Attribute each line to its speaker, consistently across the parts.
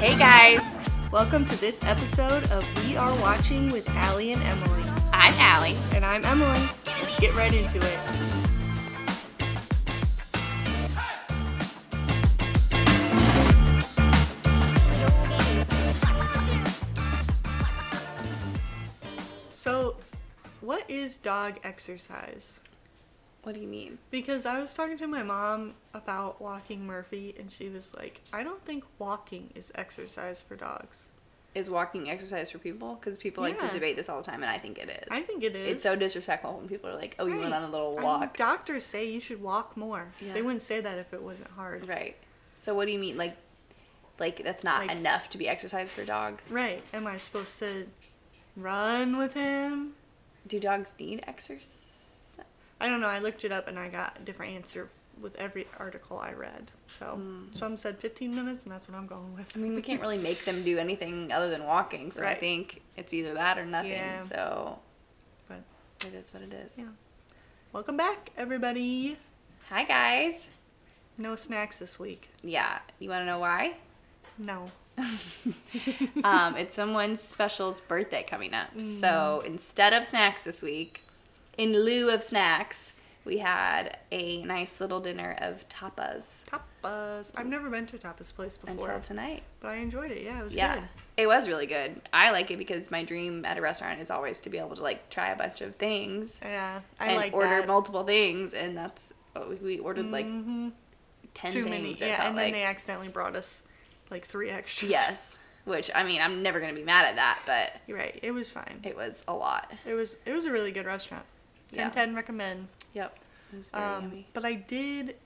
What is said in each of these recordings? Speaker 1: Hey guys,
Speaker 2: Welcome to this episode of We Are Watching with Allie and Emily.
Speaker 1: I'm Allie.
Speaker 2: And I'm Emily. Let's get right into it. So, what is dog exercise?
Speaker 1: What do you mean?
Speaker 2: Because I was talking to my mom about walking Murphy, and she was like, I don't think walking is exercise for dogs.
Speaker 1: Is walking exercise for people? Because people like
Speaker 2: Yeah.
Speaker 1: to debate this all the time, and I think it is.
Speaker 2: I think it is.
Speaker 1: it's so disrespectful when people are like, "Oh, you went
Speaker 2: Right.
Speaker 1: on a little
Speaker 2: I mean,
Speaker 1: walk."
Speaker 2: doctors say you should walk more.
Speaker 1: Yeah.
Speaker 2: They wouldn't say that if it wasn't hard.
Speaker 1: right. So what do you mean, like, like that's not
Speaker 2: Like-
Speaker 1: enough to be exercise for dogs?
Speaker 2: Right. Am I supposed to run with him?
Speaker 1: Do dogs need exercise?
Speaker 2: I don't know. I looked it up and I got a different answer with every article I read. So
Speaker 1: Hmm.
Speaker 2: some said 15 minutes, and that's what I'm going with.
Speaker 1: I mean, we can't really make them do anything other than walking. So I
Speaker 2: Right.
Speaker 1: think it's either that or nothing.
Speaker 2: Yeah.
Speaker 1: So
Speaker 2: But
Speaker 1: it is what it is.
Speaker 2: Yeah. welcome back, everybody.
Speaker 1: Hi guys.
Speaker 2: No snacks this week.
Speaker 1: Yeah. You want to know why?
Speaker 2: No.
Speaker 1: um, it's someone's special's birthday coming up.
Speaker 2: Mm.
Speaker 1: So instead of snacks this week, in lieu of snacks, we had a nice little dinner of tapas
Speaker 2: Tapas. I've never been to a tapas place before,
Speaker 1: until tonight.
Speaker 2: but I enjoyed it. Yeah, it was
Speaker 1: yeah.
Speaker 2: good.
Speaker 1: It was really good. I like it because my dream at a restaurant is always to be able to like try a bunch of things
Speaker 2: Yeah, I
Speaker 1: and
Speaker 2: like
Speaker 1: order
Speaker 2: that. Mm, Mm-hmm.
Speaker 1: multiple things, and that's what we, we ordered like ten
Speaker 2: Too
Speaker 1: things.
Speaker 2: many.
Speaker 1: it
Speaker 2: Yeah,
Speaker 1: felt
Speaker 2: and
Speaker 1: like.
Speaker 2: then they accidentally brought us like three extras.
Speaker 1: yes, which I mean, I'm never gonna be mad at that, but
Speaker 2: You're right. It was fine.
Speaker 1: it was a lot.
Speaker 2: It was it was a really good restaurant. 10
Speaker 1: Yeah.
Speaker 2: 10 recommend.
Speaker 1: Yep, it was very
Speaker 2: Um,
Speaker 1: yummy.
Speaker 2: but I did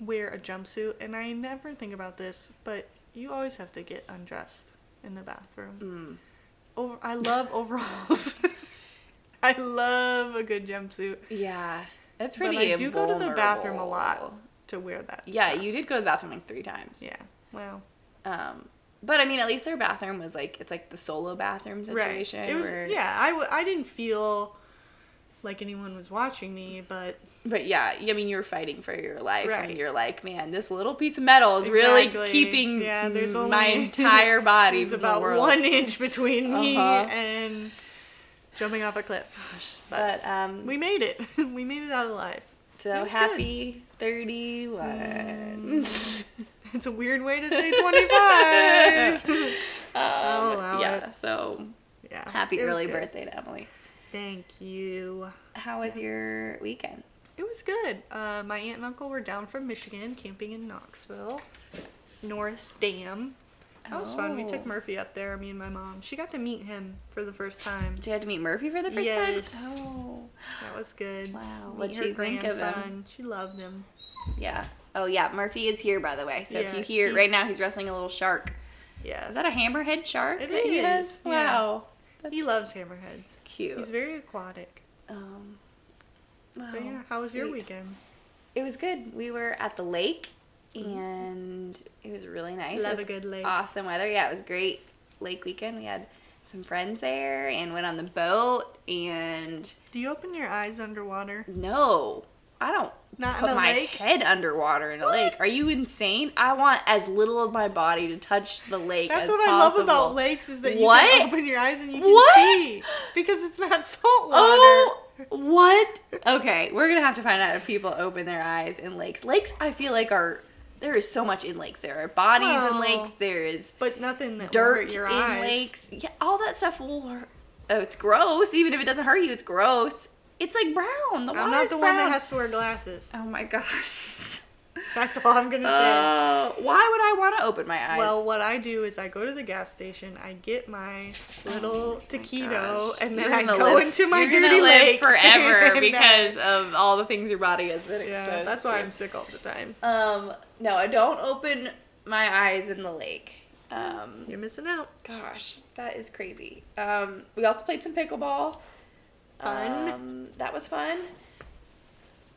Speaker 2: wear a jumpsuit, and I never think about this, but you always have to get undressed in the
Speaker 1: Mm.
Speaker 2: bathroom. Over, I love overalls. I love a good jumpsuit.
Speaker 1: Yeah, that's
Speaker 2: But
Speaker 1: pretty.
Speaker 2: I do go to the bathroom a lot
Speaker 1: vulnerable.
Speaker 2: to wear that.
Speaker 1: Yeah,
Speaker 2: stuff.
Speaker 1: you did go to the bathroom like three times.
Speaker 2: Yeah. Well,
Speaker 1: Um, but I mean, at least their bathroom was like it's like the solo bathroom
Speaker 2: right.
Speaker 1: situation.
Speaker 2: It was.
Speaker 1: where-
Speaker 2: Yeah. I, w- I didn't feel like anyone was watching me, but
Speaker 1: But yeah, I mean, you were fighting for your life,
Speaker 2: Right.
Speaker 1: and you're like, man, this little piece of metal is
Speaker 2: Exactly.
Speaker 1: really keeping
Speaker 2: Yeah, there's
Speaker 1: m- my
Speaker 2: only-
Speaker 1: entire body.
Speaker 2: There's
Speaker 1: from the
Speaker 2: about
Speaker 1: world.
Speaker 2: one inch between me
Speaker 1: Uh-huh.
Speaker 2: and jumping off a cliff. But
Speaker 1: But um,
Speaker 2: we made it. We made it out alive. it
Speaker 1: so
Speaker 2: was
Speaker 1: happy thirty-one.
Speaker 2: Mm. It's a weird way to say 25.
Speaker 1: um,
Speaker 2: I'll allow
Speaker 1: yeah.
Speaker 2: it.
Speaker 1: So
Speaker 2: yeah.
Speaker 1: happy
Speaker 2: it was
Speaker 1: early
Speaker 2: good.
Speaker 1: birthday to Emily.
Speaker 2: Thank you.
Speaker 1: How was your weekend?
Speaker 2: It was good. Uh, my aunt and uncle were down from Michigan camping in Knoxville, Norris Dam. That was fun. We took
Speaker 1: Oh.
Speaker 2: Murphy up there, me and my mom. She got to meet him for the first time.
Speaker 1: Did you have to meet Murphy for the first
Speaker 2: Yes.
Speaker 1: time? Oh,
Speaker 2: That was good.
Speaker 1: Wow.
Speaker 2: Meet
Speaker 1: What'd
Speaker 2: her
Speaker 1: she think of him?
Speaker 2: grandson. She loved him.
Speaker 1: yeah. Oh, yeah. Murphy is here, by the way. So if
Speaker 2: Yeah,
Speaker 1: you hear right now,
Speaker 2: he's-
Speaker 1: he's wrestling a little shark.
Speaker 2: Yeah.
Speaker 1: Is that a hammerhead shark?
Speaker 2: It
Speaker 1: that He has?
Speaker 2: is, yeah.
Speaker 1: Wow. That's
Speaker 2: He loves hammerheads.
Speaker 1: cute.
Speaker 2: He's very aquatic.
Speaker 1: um,
Speaker 2: But
Speaker 1: wow,
Speaker 2: yeah, how was your
Speaker 1: sweet.
Speaker 2: weekend?
Speaker 1: It was good. We were at the lake, and it was really nice. It
Speaker 2: Mm-hmm. Love
Speaker 1: was
Speaker 2: a good lake.
Speaker 1: Awesome weather. Yeah, it was great lake weekend. We had some friends there and went on the boat and
Speaker 2: Do you open your eyes underwater?
Speaker 1: No, I don't
Speaker 2: Not
Speaker 1: put
Speaker 2: in a
Speaker 1: my
Speaker 2: lake?
Speaker 1: head underwater in a lake. Are you insane? I want as little of my body to touch the lake
Speaker 2: That's
Speaker 1: as
Speaker 2: what
Speaker 1: possible.
Speaker 2: I love about lakes is that you
Speaker 1: What?
Speaker 2: can open your eyes and you can
Speaker 1: What?
Speaker 2: see because it's not salt water.
Speaker 1: Oh, what? Okay, we're gonna have to find out if people open their eyes in lakes. Lakes, I feel like are there is so much in lakes. There are bodies in
Speaker 2: Well,
Speaker 1: lakes. There is
Speaker 2: But nothing that will hurt
Speaker 1: dirt in
Speaker 2: Oh. your eyes.
Speaker 1: lakes. Yeah, all that stuff will. hurt. Oh, it's gross. Even if it doesn't hurt you, it's gross. It's like brown. The
Speaker 2: I'm
Speaker 1: water's
Speaker 2: not the one
Speaker 1: brown.
Speaker 2: that has to wear glasses.
Speaker 1: Oh my gosh.
Speaker 2: That's all I'm gonna say.
Speaker 1: Uh, why would I want to open my eyes?
Speaker 2: well, what I do is I go to the gas station, I get my little taquito,
Speaker 1: Oh Gosh,
Speaker 2: and then
Speaker 1: you're
Speaker 2: I
Speaker 1: gonna
Speaker 2: go
Speaker 1: live-
Speaker 2: into my
Speaker 1: you're
Speaker 2: dirty
Speaker 1: gonna live
Speaker 2: lake
Speaker 1: forever
Speaker 2: and I-
Speaker 1: because of all the things your body has been exposed.
Speaker 2: yeah, that's why
Speaker 1: to.
Speaker 2: I'm sick all the time.
Speaker 1: Um, no, I don't open my eyes in the lake. Um,
Speaker 2: You're missing out.
Speaker 1: gosh, that is crazy. Um, we also played some pickleball.
Speaker 2: Fun.
Speaker 1: Um, that was fun.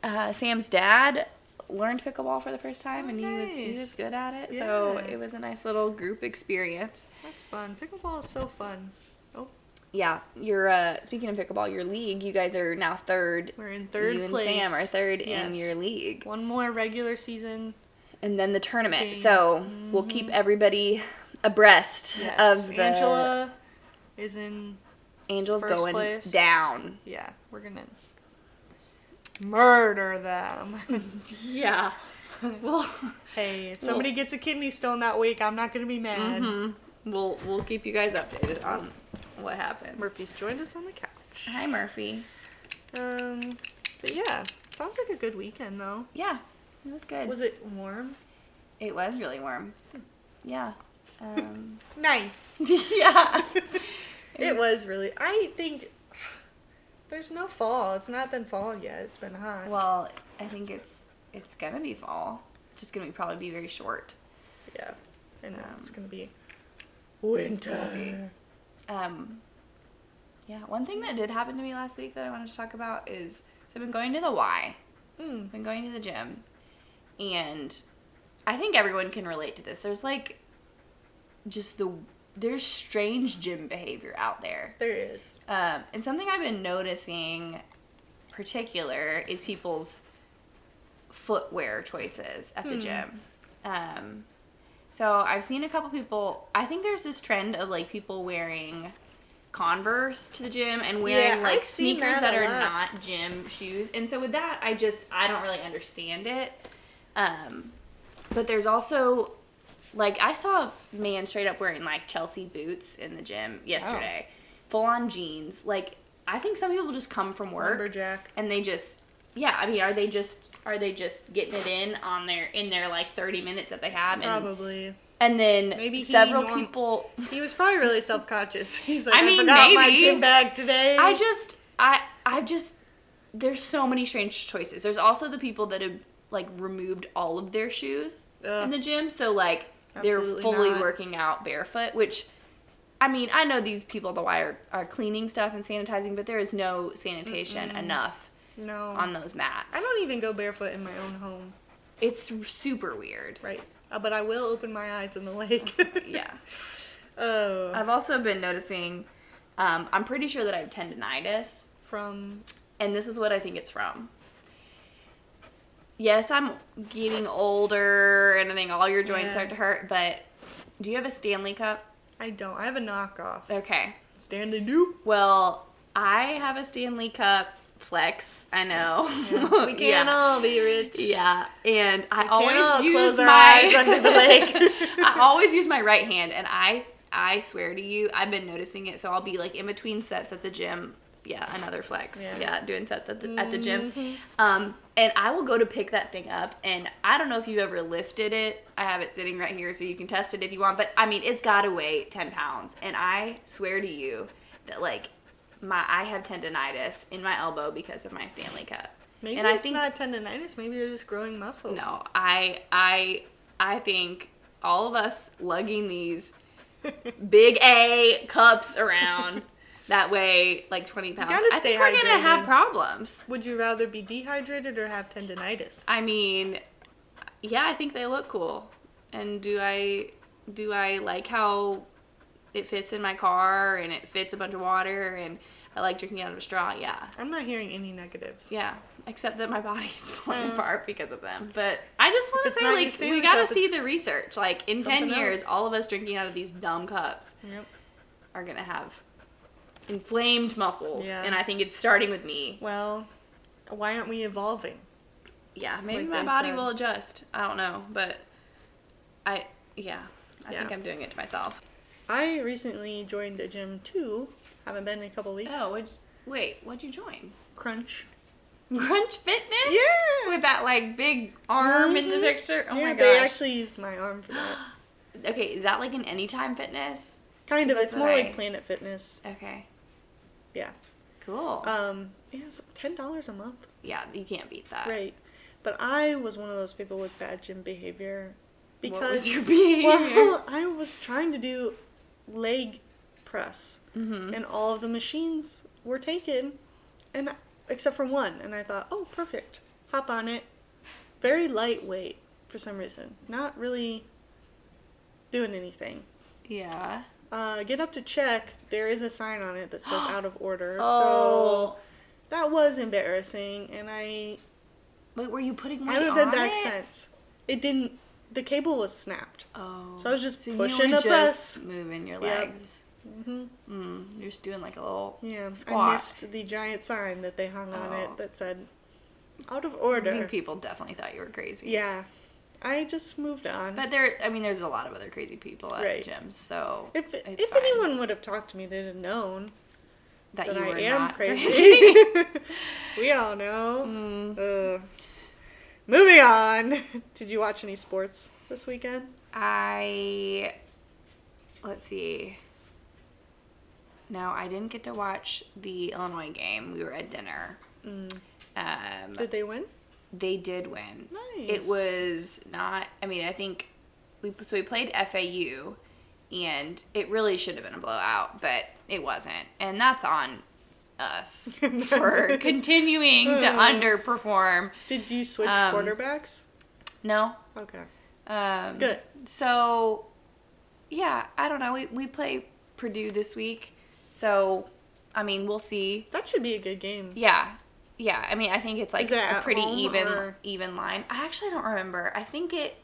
Speaker 1: Uh, Sam's dad learned pickleball for the first time,
Speaker 2: Oh,
Speaker 1: and he was he
Speaker 2: nice.
Speaker 1: was good at it. So
Speaker 2: Yeah.
Speaker 1: it was a nice little group experience.
Speaker 2: That's fun. Pickleball is so fun. Oh,
Speaker 1: Yeah, you're uh, speaking of pickleball. Your league, you guys are now third.
Speaker 2: we're in third
Speaker 1: you and
Speaker 2: place.
Speaker 1: Sam are third in
Speaker 2: Yes.
Speaker 1: your league.
Speaker 2: One more regular season.
Speaker 1: and then the tournament.
Speaker 2: Game.
Speaker 1: So we'll keep everybody abreast
Speaker 2: Yes.
Speaker 1: of the
Speaker 2: Angela is in.
Speaker 1: Angel's
Speaker 2: first
Speaker 1: going
Speaker 2: place.
Speaker 1: down.
Speaker 2: Yeah, we're gonna murder them.
Speaker 1: Yeah. Well, Mm-hmm.
Speaker 2: hey, if somebody gets a kidney stone that week, I'm not gonna be mad.
Speaker 1: we'll we'll keep you guys updated on what happens.
Speaker 2: Murphy's joined us on the couch.
Speaker 1: Hi, Murphy.
Speaker 2: Um, but yeah, sounds like a good weekend though.
Speaker 1: Yeah, it was good.
Speaker 2: Was Hmm. it warm?
Speaker 1: it was really warm. Yeah. Um,
Speaker 2: Nice.
Speaker 1: yeah.
Speaker 2: It was really. I think there's no fall. It's not been fall yet. It's been hot.
Speaker 1: Well, I think it's it's gonna be fall. It's just gonna be probably be very short.
Speaker 2: yeah, and now it's
Speaker 1: um,
Speaker 2: gonna be winter.
Speaker 1: Um, yeah. One thing that did happen to me last week that I wanted to talk about is so I've been going to the Y.
Speaker 2: Mm.
Speaker 1: I've been going to the gym, and I think everyone can relate to this. There's like just the there's strange gym behavior out there.
Speaker 2: There is.
Speaker 1: Um, and something I've been noticing, particular, is people's footwear choices at the
Speaker 2: Hmm.
Speaker 1: gym. Um, so I've seen a couple people. I think there's this trend of like people wearing Converse to the gym and wearing
Speaker 2: Yeah,
Speaker 1: like
Speaker 2: I've seen
Speaker 1: sneakers
Speaker 2: that
Speaker 1: that,
Speaker 2: a
Speaker 1: are
Speaker 2: lot.
Speaker 1: not gym shoes. And so with that, I just I don't really understand it. Um, but there's also like I saw a man straight up wearing like Chelsea boots in the gym yesterday. Full on jeans. Like I think some people just come from work
Speaker 2: Lumberjack.
Speaker 1: and they just yeah, I mean are they just are they just getting it in on their in their like 30 minutes that they have and,
Speaker 2: Probably.
Speaker 1: and then
Speaker 2: Maybe he
Speaker 1: several
Speaker 2: norm-
Speaker 1: people
Speaker 2: He was probably really self-conscious. He's like,
Speaker 1: I
Speaker 2: I,
Speaker 1: mean,
Speaker 2: forgot my
Speaker 1: maybe.
Speaker 2: gym bag today.
Speaker 1: I just I I just there's so many strange choices. There's also the people that have like removed all of their shoes
Speaker 2: Ugh.
Speaker 1: in the gym, so like they're
Speaker 2: Absolutely
Speaker 1: fully
Speaker 2: not.
Speaker 1: working out barefoot, which I mean, I know these people at the Y are, are cleaning stuff and sanitizing, but there is no sanitation enough
Speaker 2: no.
Speaker 1: on those mats.
Speaker 2: I don't even go barefoot in my own home.
Speaker 1: It's super weird.
Speaker 2: Right. Uh, but I will open my eyes in the lake.
Speaker 1: Yeah.
Speaker 2: oh.
Speaker 1: I've also been noticing um, I'm pretty sure that I have tendonitis.
Speaker 2: From
Speaker 1: and this is what I think it's from. Yes, I'm getting older and I think all your joints
Speaker 2: Yeah.
Speaker 1: start to hurt, but do you have a Stanley cup?
Speaker 2: I don't. I have a knockoff.
Speaker 1: Okay.
Speaker 2: Stanley Noop.
Speaker 1: Well, I have a Stanley cup flex. I know.
Speaker 2: We can't
Speaker 1: yeah.
Speaker 2: all be rich.
Speaker 1: Yeah, and I
Speaker 2: can't all
Speaker 1: always use
Speaker 2: close our
Speaker 1: my
Speaker 2: eyes under the lake.
Speaker 1: I always use my right hand, and I I swear to you, I've been noticing it. So I'll be like in between sets at the gym. Yeah, another flex.
Speaker 2: Yeah. Mm-hmm.
Speaker 1: Yeah, doing sets at the at the gym. Um, and I will go to pick that thing up, and I don't know if you've ever lifted it. I have it sitting right here, so you can test it if you want. But I mean, it's got to weigh ten pounds, and I swear to you that like my I have tendonitis in my elbow because of my Stanley Cup.
Speaker 2: Maybe
Speaker 1: and I
Speaker 2: it's
Speaker 1: think
Speaker 2: not tendonitis. Maybe you're just growing muscles.
Speaker 1: no, I I I think all of us lugging these big A cups around that weigh like 20 pounds.
Speaker 2: gotta
Speaker 1: I
Speaker 2: stay
Speaker 1: think we're gonna
Speaker 2: hydrated.
Speaker 1: have problems.
Speaker 2: Would you rather be dehydrated or have tendonitis?
Speaker 1: I mean, yeah, I think they look cool. And do I do I like how it fits in my car and it fits a bunch of water and I like drinking out of a straw? Yeah.
Speaker 2: I'm not hearing any negatives.
Speaker 1: Yeah, except that my body's falling
Speaker 2: Yeah.
Speaker 1: apart because of them. But I just want
Speaker 2: Hmm. it's
Speaker 1: to
Speaker 2: not your
Speaker 1: say, like,
Speaker 2: Stanley
Speaker 1: we got
Speaker 2: Cup,
Speaker 1: to see
Speaker 2: it's
Speaker 1: the research. Like, in 10
Speaker 2: something
Speaker 1: years,
Speaker 2: else.
Speaker 1: all of us drinking out of these dumb cups
Speaker 2: Yep.
Speaker 1: are going to have inflamed muscles.
Speaker 2: Yeah.
Speaker 1: And I think it's starting with me.
Speaker 2: Well, why aren't we evolving?
Speaker 1: Yeah, maybe
Speaker 2: Like
Speaker 1: my
Speaker 2: they
Speaker 1: body
Speaker 2: said.
Speaker 1: will adjust. I don't know. But I, yeah, I think
Speaker 2: Yeah.
Speaker 1: I'm doing it to myself.
Speaker 2: I recently joined a gym too. Haven't been in a couple weeks.
Speaker 1: Oh, what'd, wait, what'd you join?
Speaker 2: crunch.
Speaker 1: Crunch Fitness?
Speaker 2: Hmm. Yeah.
Speaker 1: With that, like, big arm in the
Speaker 2: Mhm.
Speaker 1: picture? Oh
Speaker 2: yeah,
Speaker 1: my
Speaker 2: they
Speaker 1: gosh.
Speaker 2: actually used my arm for that.
Speaker 1: okay, is that like an anytime fitness?
Speaker 2: kind
Speaker 1: Is
Speaker 2: of.
Speaker 1: that
Speaker 2: It's more
Speaker 1: right?
Speaker 2: like Planet Fitness.
Speaker 1: Okay,
Speaker 2: Yeah.
Speaker 1: cool.
Speaker 2: Um. Yeah, it's ten dollars a month.
Speaker 1: Yeah, you can't beat that.
Speaker 2: Right. But I was one of those people with bad gym behavior because
Speaker 1: what was your behavior?
Speaker 2: well, I was trying to do leg press
Speaker 1: Mhm.
Speaker 2: and all of the machines were taken and except for one and I thought, "Oh, perfect. Hop on it." Very lightweight for some reason. Not really doing anything.
Speaker 1: yeah.
Speaker 2: Uh, get up to check. There is a sign on it that says out of order.
Speaker 1: Oh,
Speaker 2: So that was embarrassing and I
Speaker 1: wait, were you putting
Speaker 2: I
Speaker 1: money
Speaker 2: haven't
Speaker 1: on
Speaker 2: been back
Speaker 1: it?
Speaker 2: since. It didn't. the cable was snapped.
Speaker 1: Oh.
Speaker 2: So I was just
Speaker 1: you
Speaker 2: pushing
Speaker 1: were
Speaker 2: a press.
Speaker 1: just moving your
Speaker 2: Yep.
Speaker 1: legs.
Speaker 2: hmm
Speaker 1: Mm, you're just doing like a little.
Speaker 2: Yeah,
Speaker 1: Squat.
Speaker 2: I missed the giant sign that they hung on
Speaker 1: Oh.
Speaker 2: it that said "out of
Speaker 1: I
Speaker 2: order."
Speaker 1: think people definitely thought you were crazy.
Speaker 2: yeah, I just moved on.
Speaker 1: But there, I mean, there's a lot of other crazy people at
Speaker 2: Right.
Speaker 1: gyms, so
Speaker 2: if
Speaker 1: it's
Speaker 2: if
Speaker 1: fine
Speaker 2: anyone would have talked to me, they'd have known
Speaker 1: that,
Speaker 2: that,
Speaker 1: you
Speaker 2: I
Speaker 1: were
Speaker 2: am
Speaker 1: not
Speaker 2: crazy. we all know.
Speaker 1: Mm,
Speaker 2: Ugh. Moving on. Did you watch any sports this weekend?
Speaker 1: I let's see. No, I didn't get to watch the Illinois game. We were at dinner. Um,
Speaker 2: Did they win?
Speaker 1: they did win.
Speaker 2: Nice.
Speaker 1: It was not. I mean, I think we so we played FAU, and it really should have been a blowout, but it wasn't, and that's on us for continuing to underperform.
Speaker 2: Did you switch
Speaker 1: Um,
Speaker 2: quarterbacks?
Speaker 1: No,
Speaker 2: Okay.
Speaker 1: um,
Speaker 2: Good.
Speaker 1: So, yeah, I don't know. We we play Purdue this week, so I mean, we'll see.
Speaker 2: That should be a good game.
Speaker 1: Yeah. Yeah, I mean, I think it's like
Speaker 2: Is it
Speaker 1: a
Speaker 2: at
Speaker 1: pretty
Speaker 2: home
Speaker 1: even
Speaker 2: or-
Speaker 1: even line. I actually don't remember. I think it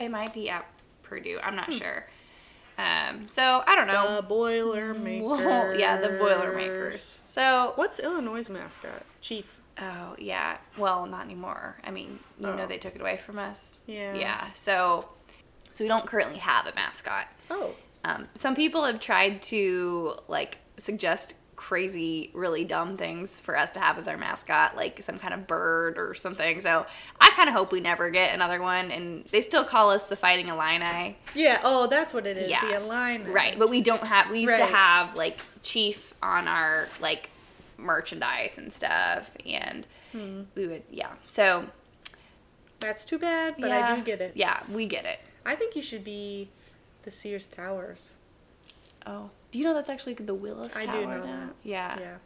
Speaker 1: it might be at Purdue. I'm
Speaker 2: Hmm.
Speaker 1: not sure. Um, so I don't know.
Speaker 2: The Boilermakers.
Speaker 1: Well, yeah, the Boilermakers. So
Speaker 2: What's Illinois' mascot? Chief.
Speaker 1: oh yeah, well not anymore. I mean, you
Speaker 2: Oh.
Speaker 1: know they took it away from us.
Speaker 2: Yeah.
Speaker 1: Yeah. So so we don't currently have a mascot.
Speaker 2: Oh.
Speaker 1: Um, some people have tried to like suggest crazy, really dumb things for us to have as our mascot, like some kind of bird or something. So I kind of hope we never get another one. And they still call us the Fighting Illini,
Speaker 2: Yeah. Oh, that's what it is.
Speaker 1: Yeah.
Speaker 2: The Illini.
Speaker 1: right? But we don't have. We used to
Speaker 2: Right.
Speaker 1: have like Chief on our like merchandise and stuff, and
Speaker 2: Hmm.
Speaker 1: we would yeah. So
Speaker 2: That's too bad, but
Speaker 1: yeah,
Speaker 2: I do get it.
Speaker 1: Yeah, we get it.
Speaker 2: I think you should be the Sears Towers.
Speaker 1: Oh, do you know that's actually the Willis
Speaker 2: I do
Speaker 1: Tower
Speaker 2: know
Speaker 1: now?
Speaker 2: that.
Speaker 1: Yeah, yeah.
Speaker 2: yeah.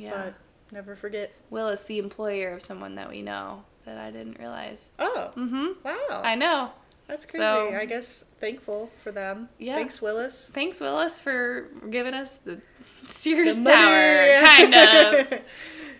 Speaker 2: But never forget.
Speaker 1: Willis, the employer of someone that we know that I didn't realize.
Speaker 2: Oh.
Speaker 1: Mm-hmm.
Speaker 2: Wow.
Speaker 1: I know.
Speaker 2: that's crazy.
Speaker 1: so-
Speaker 2: I guess thankful for them.
Speaker 1: Yeah.
Speaker 2: Thanks, Willis.
Speaker 1: Thanks, Willis, for giving us the Sears
Speaker 2: The money.
Speaker 1: Tower, kind of.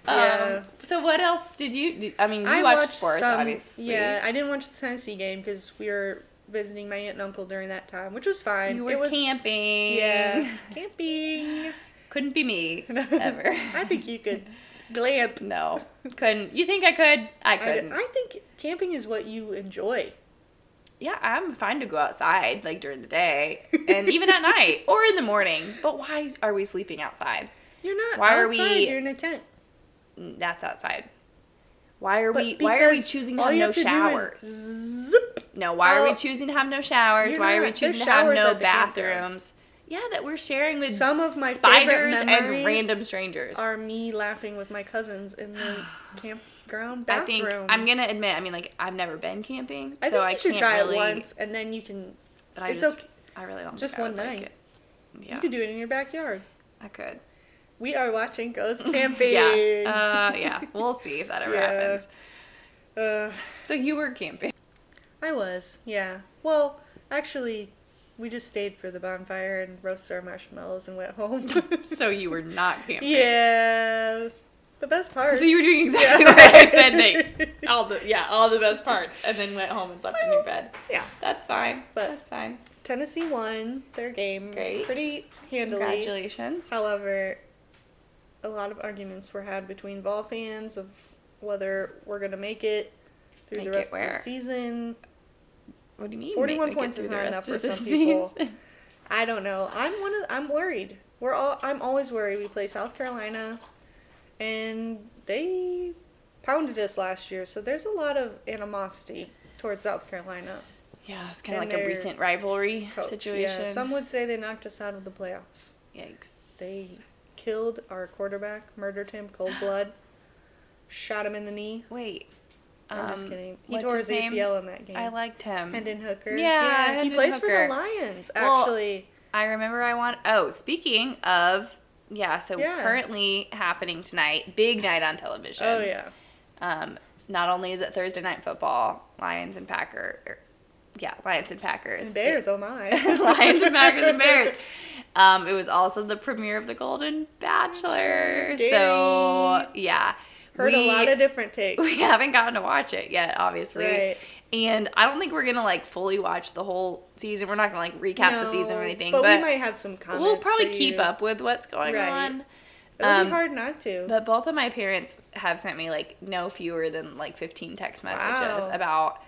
Speaker 2: yeah.
Speaker 1: Um, so what else did you? Do? I mean, Mm-hmm. you
Speaker 2: I
Speaker 1: watched,
Speaker 2: watched
Speaker 1: sports,
Speaker 2: some-
Speaker 1: obviously.
Speaker 2: Yeah, I didn't watch the Tennessee game because we were visiting my aunt and uncle during that time, which was fine.
Speaker 1: You were
Speaker 2: it was,
Speaker 1: camping.
Speaker 2: Yeah, camping.
Speaker 1: Couldn't be me ever.
Speaker 2: I think you could glamp.
Speaker 1: no, couldn't. You think I could? I
Speaker 2: I,
Speaker 1: couldn't.
Speaker 2: I think camping is what you enjoy.
Speaker 1: yeah, I'm fine to go outside like during the day and even at night or in the morning. But why are we sleeping outside?
Speaker 2: You're not
Speaker 1: Why are
Speaker 2: outside.
Speaker 1: we-
Speaker 2: You're in a tent.
Speaker 1: that's outside. Why are
Speaker 2: But
Speaker 1: we why are we
Speaker 2: because
Speaker 1: choosing to
Speaker 2: all
Speaker 1: have
Speaker 2: you
Speaker 1: no
Speaker 2: to do is
Speaker 1: showers?
Speaker 2: zip.
Speaker 1: No, why are we
Speaker 2: Oh.
Speaker 1: choosing to have no showers?
Speaker 2: You're
Speaker 1: Why are we
Speaker 2: not. There's
Speaker 1: choosing to have
Speaker 2: showers
Speaker 1: no
Speaker 2: at the campground.
Speaker 1: bathrooms? Yeah, that we're sharing with
Speaker 2: Some of my
Speaker 1: spiders
Speaker 2: favorite
Speaker 1: and
Speaker 2: memories
Speaker 1: random strangers.
Speaker 2: are me laughing with my cousins in the campground
Speaker 1: I
Speaker 2: bathroom.
Speaker 1: think I'm gonna admit, I mean like I've never been camping,
Speaker 2: I
Speaker 1: so
Speaker 2: think
Speaker 1: I
Speaker 2: you should
Speaker 1: can't
Speaker 2: try
Speaker 1: really
Speaker 2: it once, and then you can
Speaker 1: but I
Speaker 2: It's
Speaker 1: just
Speaker 2: okay.
Speaker 1: I really don't
Speaker 2: Just
Speaker 1: think I
Speaker 2: one
Speaker 1: would like
Speaker 2: night.
Speaker 1: it. Yeah.
Speaker 2: you could do it in your backyard.
Speaker 1: I could.
Speaker 2: We are watching goes camping.
Speaker 1: Yeah. Uh, yeah. We'll see if that ever
Speaker 2: Yeah.
Speaker 1: happens.
Speaker 2: Uh,
Speaker 1: So you were camping.
Speaker 2: I was, yeah. Well, actually, we just stayed for the bonfire and roasted our marshmallows and went home.
Speaker 1: So you were not camping.
Speaker 2: yeah, the best part.
Speaker 1: So you were doing exactly what I said, Oh. Nate. All the yeah, all the best parts, and then went home and slept in your bed.
Speaker 2: Yeah,
Speaker 1: That's fine.
Speaker 2: But-
Speaker 1: That's fine.
Speaker 2: Tennessee won their game
Speaker 1: Great.
Speaker 2: pretty handily.
Speaker 1: Congratulations.
Speaker 2: However, a lot of arguments were had between ball fans of whether we're gonna make it through
Speaker 1: Make
Speaker 2: the
Speaker 1: it
Speaker 2: rest of
Speaker 1: where?
Speaker 2: the season.
Speaker 1: What do you mean?
Speaker 2: 41
Speaker 1: make it
Speaker 2: points
Speaker 1: through
Speaker 2: is
Speaker 1: the
Speaker 2: not
Speaker 1: rest
Speaker 2: enough
Speaker 1: of
Speaker 2: for
Speaker 1: the
Speaker 2: some people.
Speaker 1: season?
Speaker 2: I don't know. I'm one of I'm worried. We're all I'm always worried. We play South Carolina and they pounded us last year, so there's a lot of animosity towards South Carolina.
Speaker 1: yeah, it's kind of
Speaker 2: And
Speaker 1: like a
Speaker 2: their
Speaker 1: recent rivalry
Speaker 2: coach.
Speaker 1: situation.
Speaker 2: Yeah, some would say they knocked us out of the playoffs.
Speaker 1: Yikes.
Speaker 2: They killed our quarterback, murdered him cold blood, shot him in the knee.
Speaker 1: Wait.
Speaker 2: I'm just
Speaker 1: um,
Speaker 2: kidding. He
Speaker 1: what's
Speaker 2: tore his
Speaker 1: name?
Speaker 2: ACL in that game.
Speaker 1: I liked him.
Speaker 2: Hendon Hooker.
Speaker 1: Yeah,
Speaker 2: he
Speaker 1: Hendon
Speaker 2: plays for
Speaker 1: Hooker.
Speaker 2: the Lions
Speaker 1: Well,
Speaker 2: actually.
Speaker 1: I remember I want. Oh, speaking of. Yeah, so
Speaker 2: Yeah.
Speaker 1: currently happening tonight, big night on television.
Speaker 2: oh yeah.
Speaker 1: Um, not only is it Thursday night football, Lions and Packer, er, yeah, Lions and Packers,
Speaker 2: And Bears, oh my.
Speaker 1: Lions and Packers and Bears. Um, it was also the premiere of The Golden Bachelor. So
Speaker 2: Dang.
Speaker 1: yeah,
Speaker 2: Heard
Speaker 1: we,
Speaker 2: a lot of different takes.
Speaker 1: we haven't gotten to watch it yet, obviously.
Speaker 2: Right.
Speaker 1: And I don't think we're gonna like fully watch the whole season. We're not gonna like recap the season or
Speaker 2: No,
Speaker 1: anything,
Speaker 2: But,
Speaker 1: but,
Speaker 2: we might have some comments.
Speaker 1: we'll probably
Speaker 2: for
Speaker 1: keep
Speaker 2: you.
Speaker 1: up with what's going
Speaker 2: Right.
Speaker 1: on.
Speaker 2: It'll
Speaker 1: Um,
Speaker 2: be hard not to.
Speaker 1: But both of my parents have sent me like no fewer than like 15 text messages
Speaker 2: Wow.
Speaker 1: about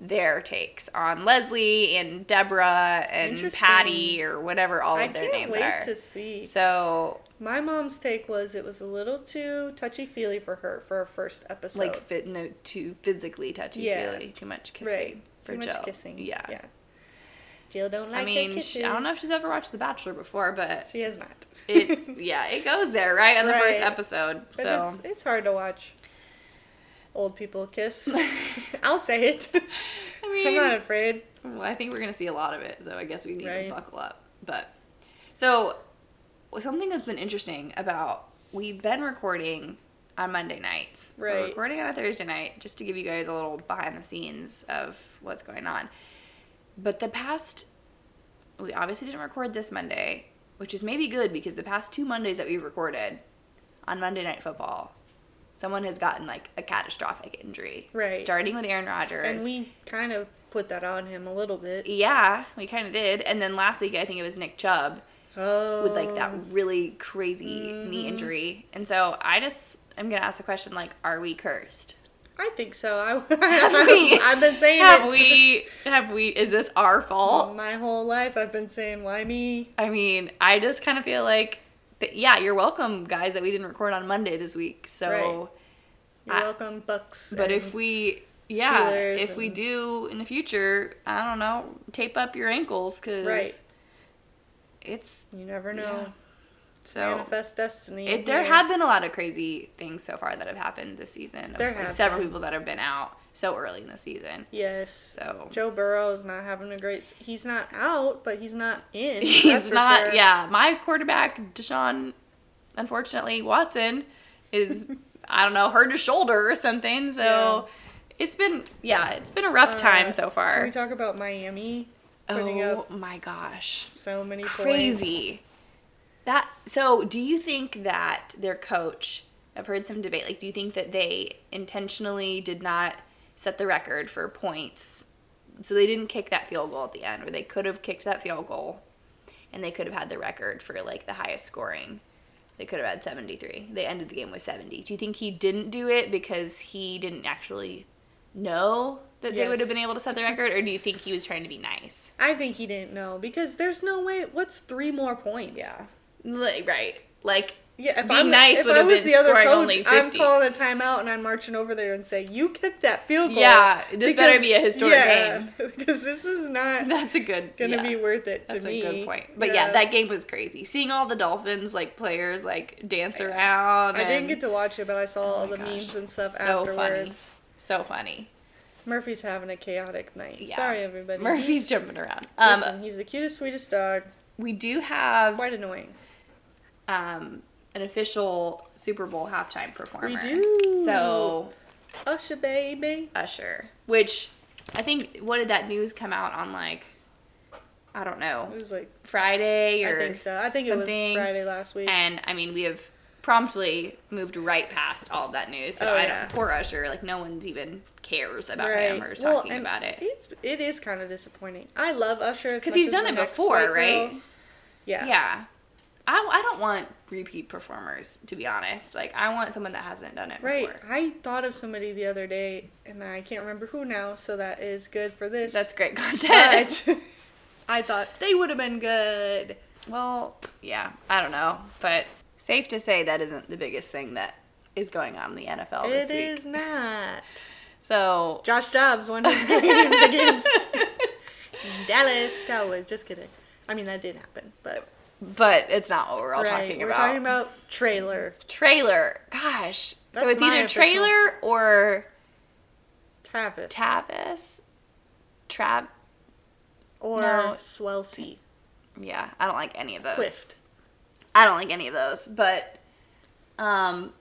Speaker 1: their takes on Leslie and Deborah and
Speaker 2: Interesting.
Speaker 1: Patty or whatever all of
Speaker 2: I
Speaker 1: their
Speaker 2: can't
Speaker 1: names
Speaker 2: wait
Speaker 1: are.
Speaker 2: to see.
Speaker 1: So
Speaker 2: My mom's take was it was a little too touchy feely for her for her first episode.
Speaker 1: like fit no too physically touchy feely,
Speaker 2: Yeah.
Speaker 1: too much kissing
Speaker 2: right,
Speaker 1: for
Speaker 2: too much
Speaker 1: Jill.
Speaker 2: kissing.
Speaker 1: Yeah.
Speaker 2: yeah. Jill don't like
Speaker 1: I mean,
Speaker 2: the
Speaker 1: she, I don't know if
Speaker 2: kisses.
Speaker 1: she's ever watched The Bachelor before, but
Speaker 2: she has not.
Speaker 1: it yeah, it goes there right on the first
Speaker 2: Right.
Speaker 1: episode.
Speaker 2: But
Speaker 1: so
Speaker 2: it's, it's hard to watch old people kiss. I'll say it.
Speaker 1: I
Speaker 2: I'm not afraid.
Speaker 1: Well, I think we're gonna see a lot of it, so I guess we need
Speaker 2: Right.
Speaker 1: to buckle up. But so well, something that's been interesting about we've been recording on Monday nights. We're
Speaker 2: Right.
Speaker 1: recording on a Thursday night, just to give you guys a little behind the scenes of what's going on. But the past we obviously didn't record this Monday, which is maybe good because the past two Mondays that we've recorded on Monday night football, someone has gotten like a catastrophic injury.
Speaker 2: Right.
Speaker 1: Starting with Aaron Rodgers.
Speaker 2: And we kind of put that on him a little bit.
Speaker 1: Yeah, we kind of did. And then last week, I think it was Nick Chubb
Speaker 2: Oh. Mm-hmm.
Speaker 1: with like that really crazy knee injury. And so I just am gonna ask the question like, are we cursed?
Speaker 2: I think so. I,
Speaker 1: we-
Speaker 2: I've been saying
Speaker 1: Have
Speaker 2: it Mm-hmm.
Speaker 1: we? Have we? Is this our fault?
Speaker 2: my whole life. I've been saying, why me?
Speaker 1: I mean, I just kind of feel like, that, yeah, you're welcome, guys, that we didn't record on Monday this week. So,
Speaker 2: Right. You're
Speaker 1: I-
Speaker 2: welcome, Bucks.
Speaker 1: but if
Speaker 2: and-
Speaker 1: we. Yeah,
Speaker 2: Steelers
Speaker 1: if we
Speaker 2: and-
Speaker 1: do in the future, I don't know, tape up your ankles because
Speaker 2: Right.
Speaker 1: it's
Speaker 2: You never know.
Speaker 1: Yeah. so
Speaker 2: Manifest destiny.
Speaker 1: It, there
Speaker 2: here.
Speaker 1: have been a lot of crazy things so far that have happened this season. of,
Speaker 2: There
Speaker 1: like,
Speaker 2: have
Speaker 1: several
Speaker 2: been.
Speaker 1: people that have been out so early in the season.
Speaker 2: Yes.
Speaker 1: So
Speaker 2: Joe Burrow is not having a great. s- He's not out, but he's not in. that's
Speaker 1: he's
Speaker 2: for
Speaker 1: not.
Speaker 2: sure.
Speaker 1: Yeah, my quarterback Deshaun, unfortunately Watson, is I don't know hurt his shoulder or something. So
Speaker 2: Yeah.
Speaker 1: it's been yeah, it's been a rough time
Speaker 2: Uh,
Speaker 1: so
Speaker 2: Can
Speaker 1: far.
Speaker 2: we talk about Miami putting
Speaker 1: Oh
Speaker 2: up
Speaker 1: my gosh,
Speaker 2: so many points?
Speaker 1: crazy. That so do you think that their coach I've heard some debate like do you think that they intentionally did not set the record for points so they didn't kick that field goal at the end or they could have kicked that field goal and they could have had the record for like the highest scoring they could have had 73 they ended the game with 70 do you think he didn't do it because he didn't actually know that they would have
Speaker 2: Yes.
Speaker 1: been able to set the record or do you think he was trying to be nice
Speaker 2: I think he didn't know because there's no way. What's three more points?
Speaker 1: Like, right. Like,
Speaker 2: Yeah, if
Speaker 1: Be
Speaker 2: I'm
Speaker 1: nice
Speaker 2: if
Speaker 1: would
Speaker 2: I
Speaker 1: have
Speaker 2: was
Speaker 1: been
Speaker 2: the other
Speaker 1: scoring
Speaker 2: coach,
Speaker 1: only
Speaker 2: I'm
Speaker 1: 50.
Speaker 2: calling a timeout and I'm marching over there and say, "You kicked that field goal."
Speaker 1: Yeah, this better be a historic
Speaker 2: game because this is not
Speaker 1: that's a good.
Speaker 2: gonna
Speaker 1: yeah,
Speaker 2: be worth it to
Speaker 1: That's
Speaker 2: me.
Speaker 1: a good point. But yeah. that game was crazy. Seeing all the Dolphins like players like dance around.
Speaker 2: I didn't
Speaker 1: and
Speaker 2: get to watch it, but I saw all
Speaker 1: Oh my
Speaker 2: the
Speaker 1: gosh,
Speaker 2: memes and stuff
Speaker 1: so funny.
Speaker 2: afterwards.
Speaker 1: so funny.
Speaker 2: Murphy's having a chaotic night.
Speaker 1: Yeah.
Speaker 2: Sorry, everybody.
Speaker 1: Murphy's
Speaker 2: He's-
Speaker 1: jumping around. Um,
Speaker 2: listen, he's the cutest, sweetest dog.
Speaker 1: we do have
Speaker 2: Quite annoying.
Speaker 1: um an official Super Bowl halftime performer.
Speaker 2: do.
Speaker 1: So
Speaker 2: Usher, baby.
Speaker 1: Usher, which I think, what did that news come out on like? I don't know.
Speaker 2: It was like
Speaker 1: Friday or
Speaker 2: I think so. I think it was
Speaker 1: something.
Speaker 2: Friday last week.
Speaker 1: And I mean, we have promptly moved right past all of that news. So
Speaker 2: Oh,
Speaker 1: I
Speaker 2: yeah.
Speaker 1: don't, poor Usher, like no one's even cares about him or is
Speaker 2: Well,
Speaker 1: talking
Speaker 2: and
Speaker 1: about it.
Speaker 2: It's it is kind of disappointing. I love Usher because
Speaker 1: Because he's done it before, right?
Speaker 2: Yeah.
Speaker 1: Yeah. I, I don't want repeat performers, to be honest. Like, I want someone that hasn't done it
Speaker 2: Right.
Speaker 1: before.
Speaker 2: I thought of somebody the other day, and I can't remember who now. So that is good for this.
Speaker 1: That's great content.
Speaker 2: but I thought they would have been good.
Speaker 1: well, yeah, I don't know. But safe to say that isn't the biggest thing that is going on in the NFL
Speaker 2: It
Speaker 1: this week.
Speaker 2: is not.
Speaker 1: So,
Speaker 2: Josh Jobs won his game against Dallas Cowboys. Just kidding. I mean that did happen, but
Speaker 1: but it's not what we're all
Speaker 2: right.
Speaker 1: talking
Speaker 2: We're
Speaker 1: about.
Speaker 2: talking about trailer
Speaker 1: trailer. Gosh. so
Speaker 2: That's
Speaker 1: it's
Speaker 2: my
Speaker 1: either
Speaker 2: official-
Speaker 1: trailer or
Speaker 2: Travis
Speaker 1: Tavis. Trav.
Speaker 2: or
Speaker 1: no.
Speaker 2: Swelsey
Speaker 1: Yeah, I don't like any of those.
Speaker 2: Quift.
Speaker 1: I don't like any of those. But, um,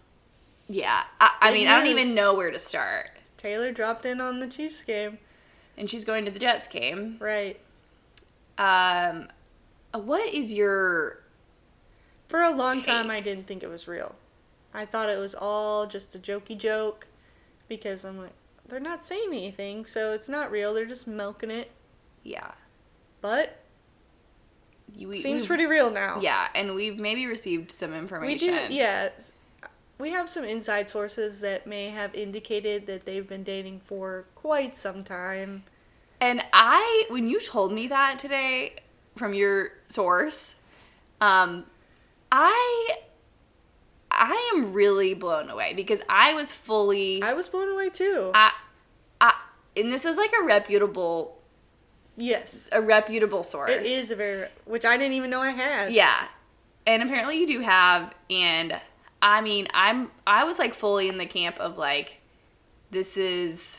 Speaker 1: yeah. I, I
Speaker 2: Big
Speaker 1: mean, I don't
Speaker 2: news.
Speaker 1: even know where to start.
Speaker 2: Taylor dropped in on the Chiefs game.
Speaker 1: And she's going to the Jets game.
Speaker 2: Right.
Speaker 1: Um, what is your?
Speaker 2: For a long time,
Speaker 1: Take.
Speaker 2: I didn't think it was real. I thought it was all just a jokey joke because I'm like, they're not saying anything, so it's not real. They're just milking it.
Speaker 1: Yeah.
Speaker 2: But
Speaker 1: You- we-
Speaker 2: seems
Speaker 1: we've-
Speaker 2: pretty real now.
Speaker 1: Yeah, and we've maybe received some
Speaker 2: We
Speaker 1: information.
Speaker 2: do, yeah. s- We have some inside sources that may have indicated that they've been dating for quite some time.
Speaker 1: And I, when you told me that today from your source, um, I, I am really blown away because I was fully,
Speaker 2: I was blown away too.
Speaker 1: I, I, and this is like a reputable,
Speaker 2: yes.
Speaker 1: a reputable source.
Speaker 2: It is a very, which I didn't even know I had.
Speaker 1: Yeah, and apparently you do have, and I mean, I'm, I was like fully in the camp of like, this is,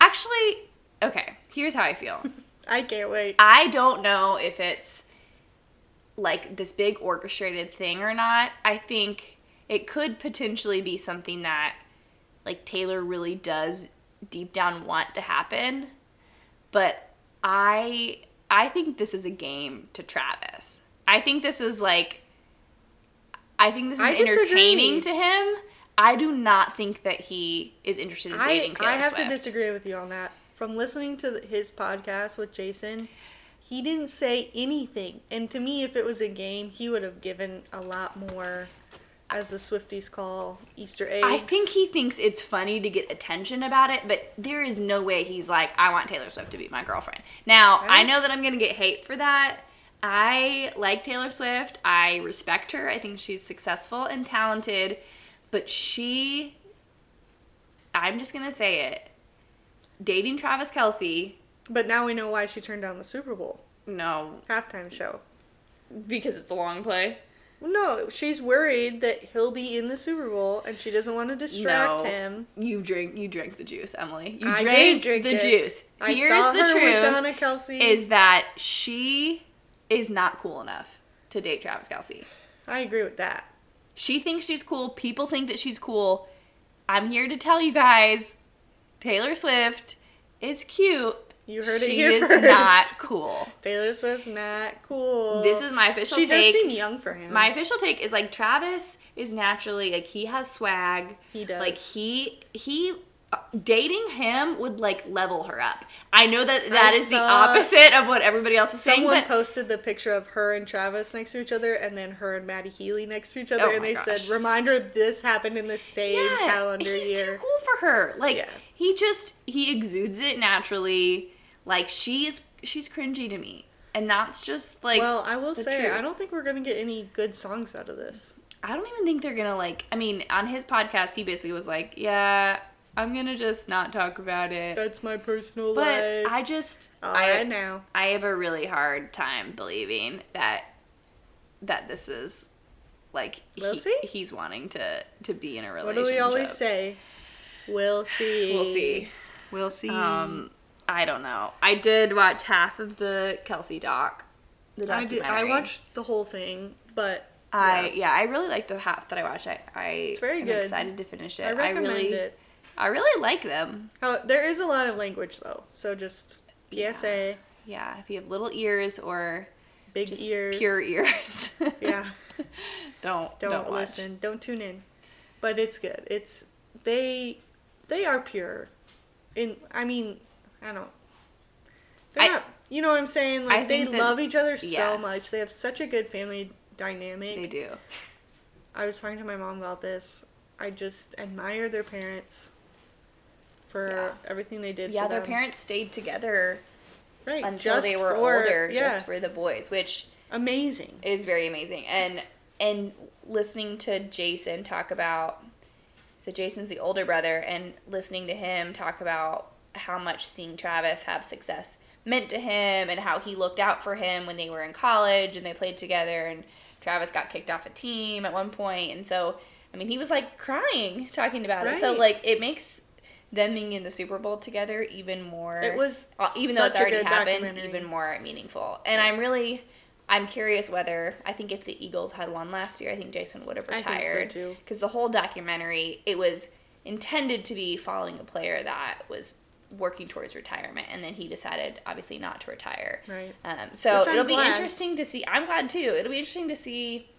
Speaker 1: actually, okay. Here's how I feel.
Speaker 2: I can't wait.
Speaker 1: I don't know if it's like this big orchestrated thing or not. I think it could potentially be something that like Taylor really does deep down want to happen. But I I think this is a game to Travis. I think this is like I think this is
Speaker 2: I disagree.
Speaker 1: entertaining to him. I do not think that he is interested in
Speaker 2: I,
Speaker 1: dating Taylor
Speaker 2: I have to
Speaker 1: Swift.
Speaker 2: disagree with you on that. From listening to th- his podcast with Jason, he didn't say anything. And to me, if it was a game, he would have given a lot more, as the Swifties call Easter eggs.
Speaker 1: I think he thinks it's funny to get attention about it, but there is no way he's like, I want Taylor Swift to be my girlfriend. Now, I
Speaker 2: Right.
Speaker 1: know that I'm going to get hate for that. I like Taylor Swift. I respect her. I think she's successful and talented, but she, I'm just going to say it, dating Travis Kelsey,
Speaker 2: But now we know why she turned down the Super Bowl
Speaker 1: no,
Speaker 2: halftime show.
Speaker 1: because it's a long play.
Speaker 2: No, she's worried that he'll be in the Super Bowl and she doesn't want to
Speaker 1: No.
Speaker 2: distract him.
Speaker 1: You drink, you drink the juice, Emily. You
Speaker 2: I did
Speaker 1: drank
Speaker 2: drink
Speaker 1: the
Speaker 2: it.
Speaker 1: juice.
Speaker 2: I
Speaker 1: Here's
Speaker 2: saw
Speaker 1: the
Speaker 2: her
Speaker 1: truth.
Speaker 2: with Donna Kelsey.
Speaker 1: is that she is not cool enough to date Travis Kelsey.
Speaker 2: I agree with that.
Speaker 1: She thinks she's cool. People think that she's cool. I'm here to tell you guys Taylor Swift is cute.
Speaker 2: You heard it
Speaker 1: she
Speaker 2: here
Speaker 1: is
Speaker 2: first.
Speaker 1: not cool.
Speaker 2: Taylor Swift's not cool.
Speaker 1: This is my official
Speaker 2: she does
Speaker 1: take.
Speaker 2: seem young for him.
Speaker 1: my official take is like Travis is naturally like he has swag.
Speaker 2: He does.
Speaker 1: Like he he dating him would like level her up. I know that that
Speaker 2: I
Speaker 1: is the
Speaker 2: saw-
Speaker 1: opposite of what everybody else is saying,
Speaker 2: Someone
Speaker 1: but
Speaker 2: posted the picture of her and Travis next to each other, and then her and Maddie Healy next to each other,
Speaker 1: Oh
Speaker 2: and
Speaker 1: my
Speaker 2: they
Speaker 1: gosh.
Speaker 2: said, "Reminder: This happened in the same calendar
Speaker 1: he's
Speaker 2: year."
Speaker 1: too cool for her. Like
Speaker 2: Yeah.
Speaker 1: he just he exudes it naturally. Like she is she's cringy to me, and that's just like
Speaker 2: well, I will
Speaker 1: the
Speaker 2: say,
Speaker 1: truth.
Speaker 2: I don't think we're gonna get any good songs out of this.
Speaker 1: I don't even think they're gonna like. I mean, on his podcast, he basically was like, "Yeah, I'm gonna just not talk about it."
Speaker 2: That's my personal
Speaker 1: But
Speaker 2: life.
Speaker 1: I just
Speaker 2: All
Speaker 1: I
Speaker 2: right now.
Speaker 1: I have a really hard time believing that that this is like
Speaker 2: We'll see.
Speaker 1: he's wanting to to be in a
Speaker 2: What
Speaker 1: relationship.
Speaker 2: do we always say? We'll see.
Speaker 1: We'll see.
Speaker 2: We'll see. Mm.
Speaker 1: Um, I don't know. I did watch half of the Kelsey doc. The
Speaker 2: I did, I
Speaker 1: documentary.
Speaker 2: watched the whole thing, but
Speaker 1: I
Speaker 2: yeah,
Speaker 1: yeah, I really liked the half that I watched. I, I it's
Speaker 2: very good.
Speaker 1: excited to finish it.
Speaker 2: I recommend
Speaker 1: really,
Speaker 2: it.
Speaker 1: I really like them.
Speaker 2: How, there is a lot of language though, so just PSA,
Speaker 1: Yeah, if you have little ears or
Speaker 2: big
Speaker 1: just
Speaker 2: ears,
Speaker 1: pure ears.
Speaker 2: Yeah.
Speaker 1: don't
Speaker 2: don't,
Speaker 1: don't, watch.
Speaker 2: listen don't tune in but it's good it's they they are pure in i mean i don't they're
Speaker 1: I-
Speaker 2: not you know what i'm saying
Speaker 1: I
Speaker 2: like they
Speaker 1: think that-
Speaker 2: love each other
Speaker 1: yeah.
Speaker 2: so much they have such a good family dynamic
Speaker 1: They do.
Speaker 2: i was talking to my mom about this i just admire their parents for
Speaker 1: Yeah.
Speaker 2: everything they did
Speaker 1: Yeah,
Speaker 2: for
Speaker 1: their
Speaker 2: them.
Speaker 1: parents stayed together
Speaker 2: right
Speaker 1: until
Speaker 2: just
Speaker 1: they were
Speaker 2: for-
Speaker 1: older,
Speaker 2: yeah
Speaker 1: just for the boys, which
Speaker 2: amazing
Speaker 1: is very amazing and and listening to jason talk about so jason's the older brother and listening to him talk about how much seeing travis have success meant to him and how he looked out for him when they were in college and they played together and travis got kicked off a team at one point and so i mean he was like crying talking about it so
Speaker 2: Right.
Speaker 1: like it makes them being in the super bowl together even more
Speaker 2: It was
Speaker 1: uh, even though it's
Speaker 2: such a
Speaker 1: already
Speaker 2: good
Speaker 1: happened,
Speaker 2: documentary.
Speaker 1: even more meaningful. And I'm really, I'm curious whether I think if the Eagles had won last year, I think Jason would have
Speaker 2: I think so,
Speaker 1: retired
Speaker 2: too.
Speaker 1: because the whole documentary it was intended to be following a player that was working towards retirement, and then he decided obviously not to retire.
Speaker 2: Right.
Speaker 1: Um, so
Speaker 2: Which I'm
Speaker 1: it'll be
Speaker 2: glad.
Speaker 1: interesting to see. I'm glad too. It'll be interesting to see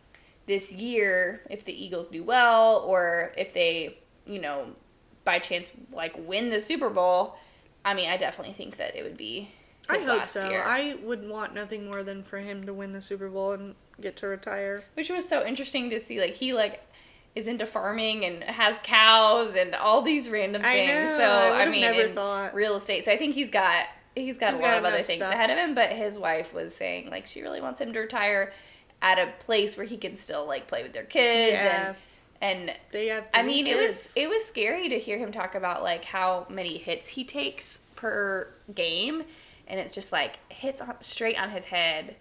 Speaker 1: this year if the Eagles do well or if they, you know, by chance like win the Super Bowl, I mean, I definitely think that it would be
Speaker 2: I
Speaker 1: his
Speaker 2: hope
Speaker 1: last
Speaker 2: so.
Speaker 1: year.
Speaker 2: I would want nothing more than for him to win the Super Bowl and get to retire.
Speaker 1: which was so interesting to see like he like is into farming and has cows and all these random
Speaker 2: I
Speaker 1: things.
Speaker 2: know,
Speaker 1: so
Speaker 2: I
Speaker 1: I,
Speaker 2: would've
Speaker 1: mean,
Speaker 2: never
Speaker 1: and
Speaker 2: thought.
Speaker 1: real estate. So I think he's got he's got
Speaker 2: He's
Speaker 1: a lot
Speaker 2: got
Speaker 1: of other
Speaker 2: enough
Speaker 1: things
Speaker 2: stuff.
Speaker 1: ahead of him. But his wife was saying like she really wants him to retire at a place where he can still like play with their kids
Speaker 2: Yeah.
Speaker 1: and and
Speaker 2: They have.
Speaker 1: I
Speaker 2: three
Speaker 1: mean it was
Speaker 2: kids.
Speaker 1: it was scary to hear him talk about like how many hits he takes per game, and it's just like hits on, straight on his head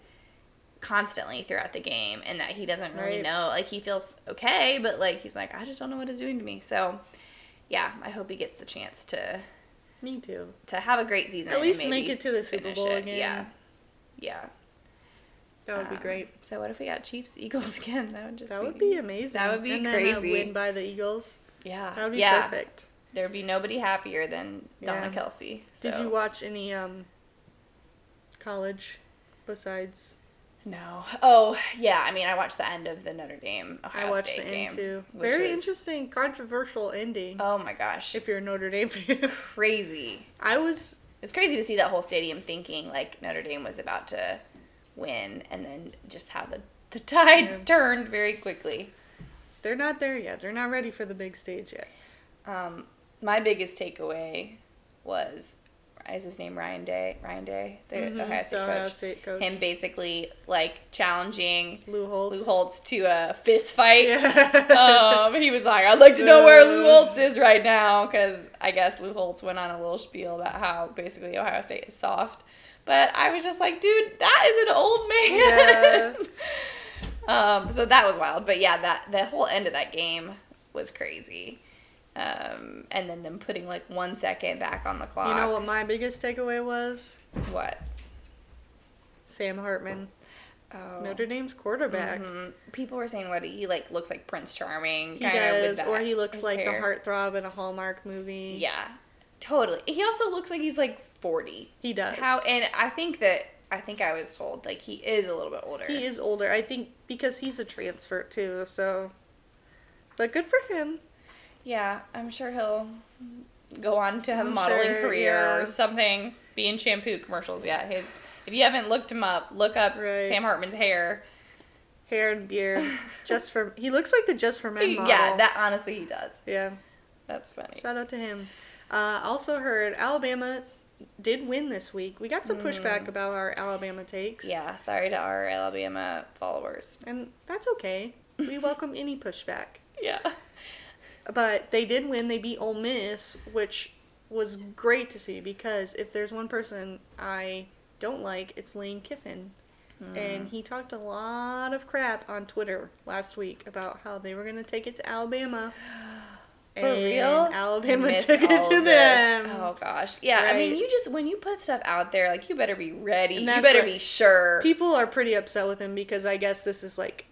Speaker 1: constantly throughout the game, and that he doesn't really
Speaker 2: Right.
Speaker 1: know. Like he feels okay, but like he's like I just don't know what it's doing to me. So yeah, I hope he gets the chance to
Speaker 2: Me too.
Speaker 1: to have a great season.
Speaker 2: At
Speaker 1: and
Speaker 2: least
Speaker 1: maybe
Speaker 2: make it to the Super
Speaker 1: finish
Speaker 2: Bowl
Speaker 1: it.
Speaker 2: again.
Speaker 1: Yeah, yeah.
Speaker 2: That would be
Speaker 1: Um,
Speaker 2: great.
Speaker 1: So what if we got Chiefs Eagles again? That would just
Speaker 2: That would be amazing.
Speaker 1: that would be
Speaker 2: and
Speaker 1: crazy.
Speaker 2: Then a win by the Eagles.
Speaker 1: yeah
Speaker 2: That would be
Speaker 1: yeah.
Speaker 2: perfect.
Speaker 1: There'd be nobody happier than Donna
Speaker 2: Yeah.
Speaker 1: Kelsey.
Speaker 2: Did
Speaker 1: so-
Speaker 2: you watch any um college besides?
Speaker 1: No. Oh, yeah. I mean, I watched the end of the Notre Dame Ohio
Speaker 2: I watched
Speaker 1: State
Speaker 2: the end
Speaker 1: game,
Speaker 2: too.
Speaker 1: which
Speaker 2: Very
Speaker 1: was-
Speaker 2: interesting, controversial ending.
Speaker 1: Oh my gosh,
Speaker 2: if you're a Notre Dame fan,
Speaker 1: crazy!
Speaker 2: I was
Speaker 1: It was crazy to see that whole stadium thinking like Notre Dame was about to win, and then just how the the tides
Speaker 2: Yeah.
Speaker 1: turned very quickly.
Speaker 2: They're not there yet. They're not ready for the big stage yet.
Speaker 1: Um, my biggest takeaway was is his name Ryan Day? Ryan Day, the Ohio State
Speaker 2: Mm-hmm. The
Speaker 1: coach.
Speaker 2: Ohio State coach.
Speaker 1: Him basically like challenging
Speaker 2: Lou Holtz.
Speaker 1: Lou Holtz to a fist fight.
Speaker 2: Yeah.
Speaker 1: um, he was like, I'd like to know where Lou
Speaker 2: Uh.
Speaker 1: Holtz is right now, because I guess Lou Holtz went on a little spiel about how basically Ohio State is soft. But I was just like, dude, that is an old man. um, so that was wild. But yeah, that the whole end of that game was crazy. Um, and then them putting like one second back on the clock.
Speaker 2: you know what my biggest takeaway was?
Speaker 1: What?
Speaker 2: Sam Hartman,
Speaker 1: Oh.
Speaker 2: Notre Dame's quarterback.
Speaker 1: Mhm. People were saying what he like looks like Prince Charming.
Speaker 2: He
Speaker 1: kinda, with
Speaker 2: does,
Speaker 1: that-
Speaker 2: or he looks
Speaker 1: his
Speaker 2: like
Speaker 1: hair.
Speaker 2: the heartthrob in a Hallmark movie.
Speaker 1: Yeah, totally. He also looks like he's like forty.
Speaker 2: he does.
Speaker 1: How and I think that I think I was told like he is a little bit older.
Speaker 2: he is older, I think, because he's a transfer too. So, but good for him.
Speaker 1: Yeah, I'm sure he'll go on to have a
Speaker 2: I'm
Speaker 1: modeling
Speaker 2: sure,
Speaker 1: career
Speaker 2: yeah.
Speaker 1: or something. Be in shampoo commercials. Yeah, his. If you haven't looked him up, look up
Speaker 2: Right.
Speaker 1: Sam Hartman's hair.
Speaker 2: Hair and beard, just for he looks like the just for men model.
Speaker 1: Yeah, that honestly he does.
Speaker 2: yeah.
Speaker 1: That's funny.
Speaker 2: Shout out to him. Uh, also heard Alabama did win this week. We got some
Speaker 1: Mm.
Speaker 2: pushback about our Alabama takes.
Speaker 1: Yeah, sorry to our Alabama followers.
Speaker 2: And that's okay. We welcome any pushback.
Speaker 1: Yeah.
Speaker 2: But they did win. They beat Ole Miss, which was great to see because if there's one person I don't like, it's Lane Kiffin.
Speaker 1: Hmm.
Speaker 2: And he talked a lot of crap on Twitter last week about how they were going to take it to Alabama.
Speaker 1: For real?
Speaker 2: Alabama
Speaker 1: Miss
Speaker 2: took it
Speaker 1: all
Speaker 2: to
Speaker 1: of this.
Speaker 2: them.
Speaker 1: Oh gosh. Yeah, I mean
Speaker 2: Right.
Speaker 1: you just when you put stuff out there, like you better be ready. You
Speaker 2: And that's
Speaker 1: better
Speaker 2: what-
Speaker 1: be sure.
Speaker 2: people are pretty upset with him because I guess this is like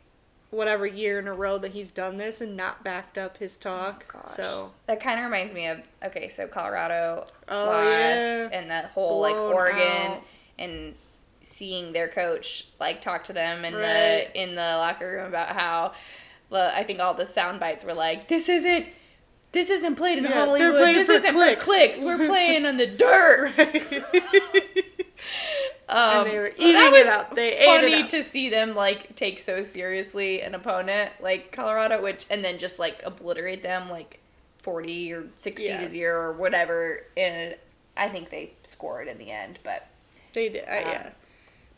Speaker 2: whatever year in a row that he's done this and not backed up his talk.
Speaker 1: Oh, Gosh.
Speaker 2: so
Speaker 1: that kind of reminds me of okay, so Colorado
Speaker 2: Oh,
Speaker 1: lost
Speaker 2: yeah.
Speaker 1: and that whole
Speaker 2: Blown
Speaker 1: like Oregon
Speaker 2: out.
Speaker 1: and seeing their coach like talk to them in
Speaker 2: Right.
Speaker 1: the in the locker room about how well, I think all the sound bites were like this isn't this isn't played in
Speaker 2: Yeah, they're
Speaker 1: Hollywood.
Speaker 2: playing
Speaker 1: This
Speaker 2: for
Speaker 1: isn't
Speaker 2: clicks."
Speaker 1: for clicks. We're playing on the dirt. Um,
Speaker 2: And they were
Speaker 1: so that
Speaker 2: eating it
Speaker 1: was
Speaker 2: up. They ate it
Speaker 1: funny
Speaker 2: up.
Speaker 1: to see them like take so seriously an opponent like Colorado, which and then just like obliterate them like forty or sixty
Speaker 2: Yeah.
Speaker 1: to zero or whatever. And I think they scored in the end, but
Speaker 2: they did. I,
Speaker 1: Um,
Speaker 2: yeah.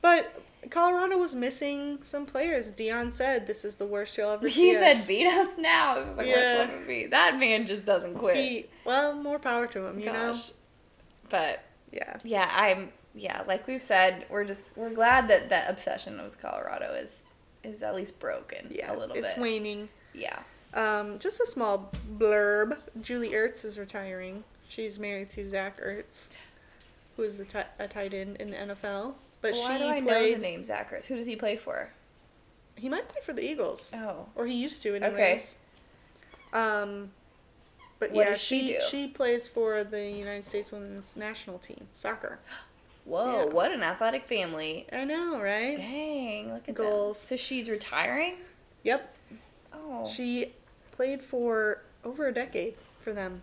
Speaker 2: But Colorado was missing some players. Dion said this is the worst you'll ever see.
Speaker 1: he
Speaker 2: us."
Speaker 1: said, "Beat us now." This is the
Speaker 2: Yeah.
Speaker 1: worst one movie. That man just doesn't quit.
Speaker 2: He- well, more power to him, you
Speaker 1: Gosh. But
Speaker 2: know? Yeah.
Speaker 1: yeah, I'm yeah. Like we've said, we're just we're glad that that obsession with Colorado is is at least broken
Speaker 2: Yeah.
Speaker 1: a little
Speaker 2: it's
Speaker 1: bit.
Speaker 2: waning.
Speaker 1: yeah.
Speaker 2: Um, just a small blurb. Julie Ertz is retiring. She's married to Zach Ertz, who is the ti- a tight end in the NFL. But
Speaker 1: Why
Speaker 2: she
Speaker 1: do I know
Speaker 2: played.
Speaker 1: the name Zachary? Who does he play for?
Speaker 2: He might play for the Eagles,
Speaker 1: Oh,
Speaker 2: or he used to,
Speaker 1: Okay.
Speaker 2: anyways. Um, but
Speaker 1: What
Speaker 2: yeah,
Speaker 1: does she
Speaker 2: she
Speaker 1: do?
Speaker 2: she plays for the United States women's national team soccer.
Speaker 1: whoa!
Speaker 2: Yeah.
Speaker 1: What an athletic family.
Speaker 2: I know, right?
Speaker 1: Dang, look at
Speaker 2: Goals.
Speaker 1: Them. So she's retiring.
Speaker 2: Yep.
Speaker 1: Oh,
Speaker 2: She played for over a decade for them.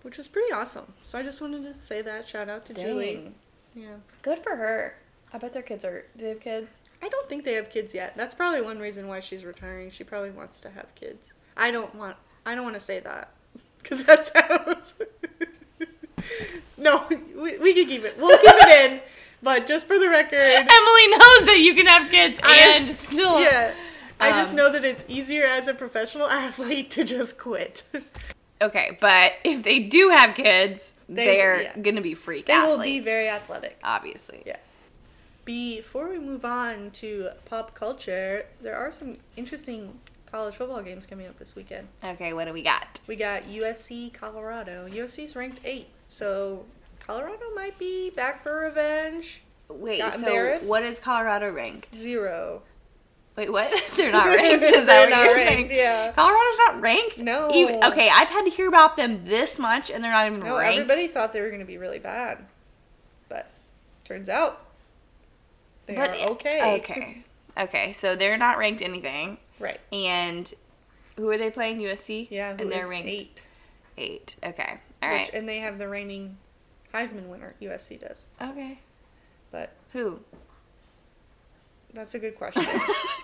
Speaker 2: which was pretty awesome. So I just wanted to say that. Shout out to Julie.
Speaker 1: Dang.
Speaker 2: Yeah.
Speaker 1: Good for her. I bet their kids are. Do they have kids?
Speaker 2: I don't think they have kids yet. That's probably one reason why she's retiring. She probably wants to have kids. I don't want. I don't want to say that because that sounds. no, we, we can keep it. We'll keep it in. But just for the record,
Speaker 1: Emily knows that you can have kids
Speaker 2: I-
Speaker 1: and still.
Speaker 2: yeah. I just
Speaker 1: Um,
Speaker 2: know that it's easier as a professional athlete to just quit.
Speaker 1: Okay, but if they do have kids,
Speaker 2: They-
Speaker 1: they, are
Speaker 2: yeah.
Speaker 1: gonna be freak
Speaker 2: they
Speaker 1: athletes.
Speaker 2: will be very athletic.
Speaker 1: obviously.
Speaker 2: Yeah. Before we move on to pop culture, there are some interesting college football games coming up this weekend.
Speaker 1: Okay, what do we got?
Speaker 2: We got USC, Colorado. USC's ranked eight, so Colorado might be back for revenge.
Speaker 1: Wait,
Speaker 2: Got
Speaker 1: so
Speaker 2: embarrassed?
Speaker 1: what is Colorado ranked?
Speaker 2: Zero.
Speaker 1: Wait, what? They're not ranked. Is
Speaker 2: They're
Speaker 1: that what you're
Speaker 2: not
Speaker 1: saying?
Speaker 2: ranked, yeah.
Speaker 1: Colorado's not ranked.
Speaker 2: No.
Speaker 1: Even- okay, I've had to hear about them this much, and they're not even
Speaker 2: No,
Speaker 1: ranked.
Speaker 2: everybody thought they were going to be really bad, but turns out they
Speaker 1: But
Speaker 2: are okay.
Speaker 1: Okay. Okay. So they're not ranked anything,
Speaker 2: right.
Speaker 1: and who are they playing? USC.
Speaker 2: Yeah. who
Speaker 1: and they're
Speaker 2: is
Speaker 1: ranked eight.
Speaker 2: eight.
Speaker 1: Okay. All right.
Speaker 2: Which, and they have the reigning Heisman winner. USC does,
Speaker 1: okay.
Speaker 2: but
Speaker 1: Who?
Speaker 2: that's a good question.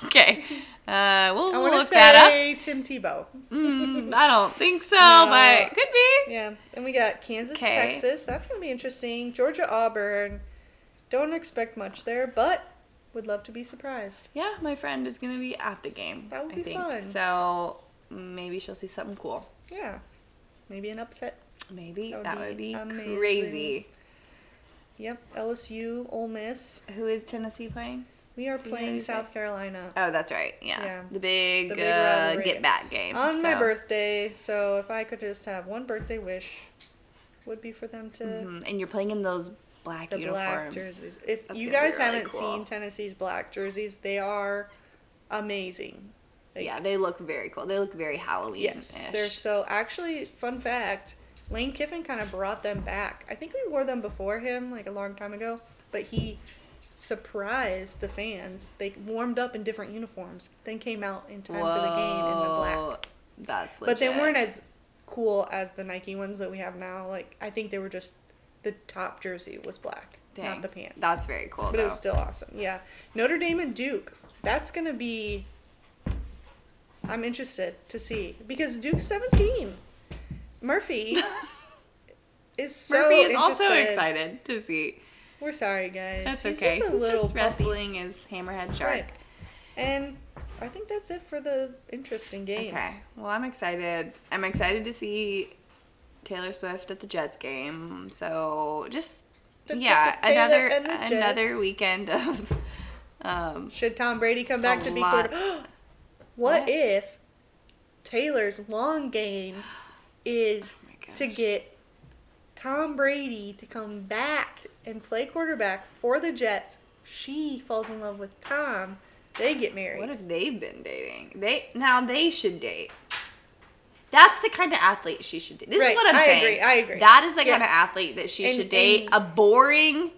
Speaker 1: okay. Uh, we'll,
Speaker 2: I
Speaker 1: we'll
Speaker 2: want to
Speaker 1: look that
Speaker 2: say Tim Tebow.
Speaker 1: up. Mm, I don't think so,
Speaker 2: No.
Speaker 1: but could be.
Speaker 2: Yeah, and we got Kansas,
Speaker 1: 'Kay.
Speaker 2: Texas. That's going to be interesting. Georgia, Auburn. Don't expect much there, but would love to be surprised.
Speaker 1: Yeah, my friend is gonna be at the game.
Speaker 2: That would
Speaker 1: I
Speaker 2: be
Speaker 1: think.
Speaker 2: fun.
Speaker 1: So maybe she'll see something cool.
Speaker 2: Yeah, maybe an upset.
Speaker 1: Maybe
Speaker 2: That would
Speaker 1: that
Speaker 2: be
Speaker 1: would be,
Speaker 2: amazing.
Speaker 1: crazy.
Speaker 2: Yep, LSU, Ole Miss.
Speaker 1: Who is Tennessee playing?
Speaker 2: We are
Speaker 1: Do you know
Speaker 2: playing
Speaker 1: who's
Speaker 2: South Carolina
Speaker 1: Oh, that's right. Yeah,
Speaker 2: Yeah.
Speaker 1: the big,
Speaker 2: The big
Speaker 1: uh,
Speaker 2: rivalry.
Speaker 1: get back game
Speaker 2: on my
Speaker 1: so-
Speaker 2: birthday. So if I could just have one birthday wish, would be for them to
Speaker 1: Mhm, And you're playing in those black
Speaker 2: the black
Speaker 1: uniforms.
Speaker 2: jerseys. If
Speaker 1: That's
Speaker 2: you
Speaker 1: gonna be
Speaker 2: guys
Speaker 1: really
Speaker 2: haven't
Speaker 1: cool.
Speaker 2: seen Tennessee's black jerseys, they are amazing. Like,
Speaker 1: yeah, they look very cool. They look very Halloween.
Speaker 2: Yes, they're so actually fun fact. Lane Kiffin kind of brought them back. I think we wore them before him, like a long time ago, but he surprised the fans. They warmed up in different uniforms, then came out in time for the game in the black.
Speaker 1: That's legit.
Speaker 2: But they weren't as cool as the Nike ones that we have now. Like I think they were just the top jersey was black,
Speaker 1: Dang,
Speaker 2: not the pants.
Speaker 1: That's very cool.
Speaker 2: but
Speaker 1: though.
Speaker 2: it was still awesome. Yeah, Notre Dame and Duke. That's gonna be. I'm interested to see because Duke's 17. Murphy is so.
Speaker 1: Murphy is also
Speaker 2: interested.
Speaker 1: excited to see.
Speaker 2: We're sorry, guys.
Speaker 1: That's
Speaker 2: He's
Speaker 1: okay.
Speaker 2: Just a
Speaker 1: He's
Speaker 2: little
Speaker 1: just
Speaker 2: puppy.
Speaker 1: wrestling his hammerhead shark.
Speaker 2: Right. And I think that's it for the interesting games.
Speaker 1: Okay. Well, I'm excited. I'm excited to see Taylor Swift at the Jets game. So just
Speaker 2: The- the-
Speaker 1: yeah,
Speaker 2: the Taylor
Speaker 1: another
Speaker 2: and the
Speaker 1: another
Speaker 2: Jets.
Speaker 1: weekend of um
Speaker 2: Should Tom Brady come back
Speaker 1: A
Speaker 2: to be
Speaker 1: lot.
Speaker 2: quarter? what
Speaker 1: What?
Speaker 2: if Taylor's long game is
Speaker 1: Oh my
Speaker 2: to
Speaker 1: gosh.
Speaker 2: get Tom Brady to come back and play quarterback for the Jets? She falls in love with Tom. They get married.
Speaker 1: what if they've been dating? They now they should date. That's the kind of athlete she should date. This
Speaker 2: Right.
Speaker 1: is what I'm
Speaker 2: I
Speaker 1: saying.
Speaker 2: agree. I agree.
Speaker 1: That is the kind of
Speaker 2: Yes.
Speaker 1: athlete that she
Speaker 2: And-
Speaker 1: should date.
Speaker 2: and-
Speaker 1: A boring,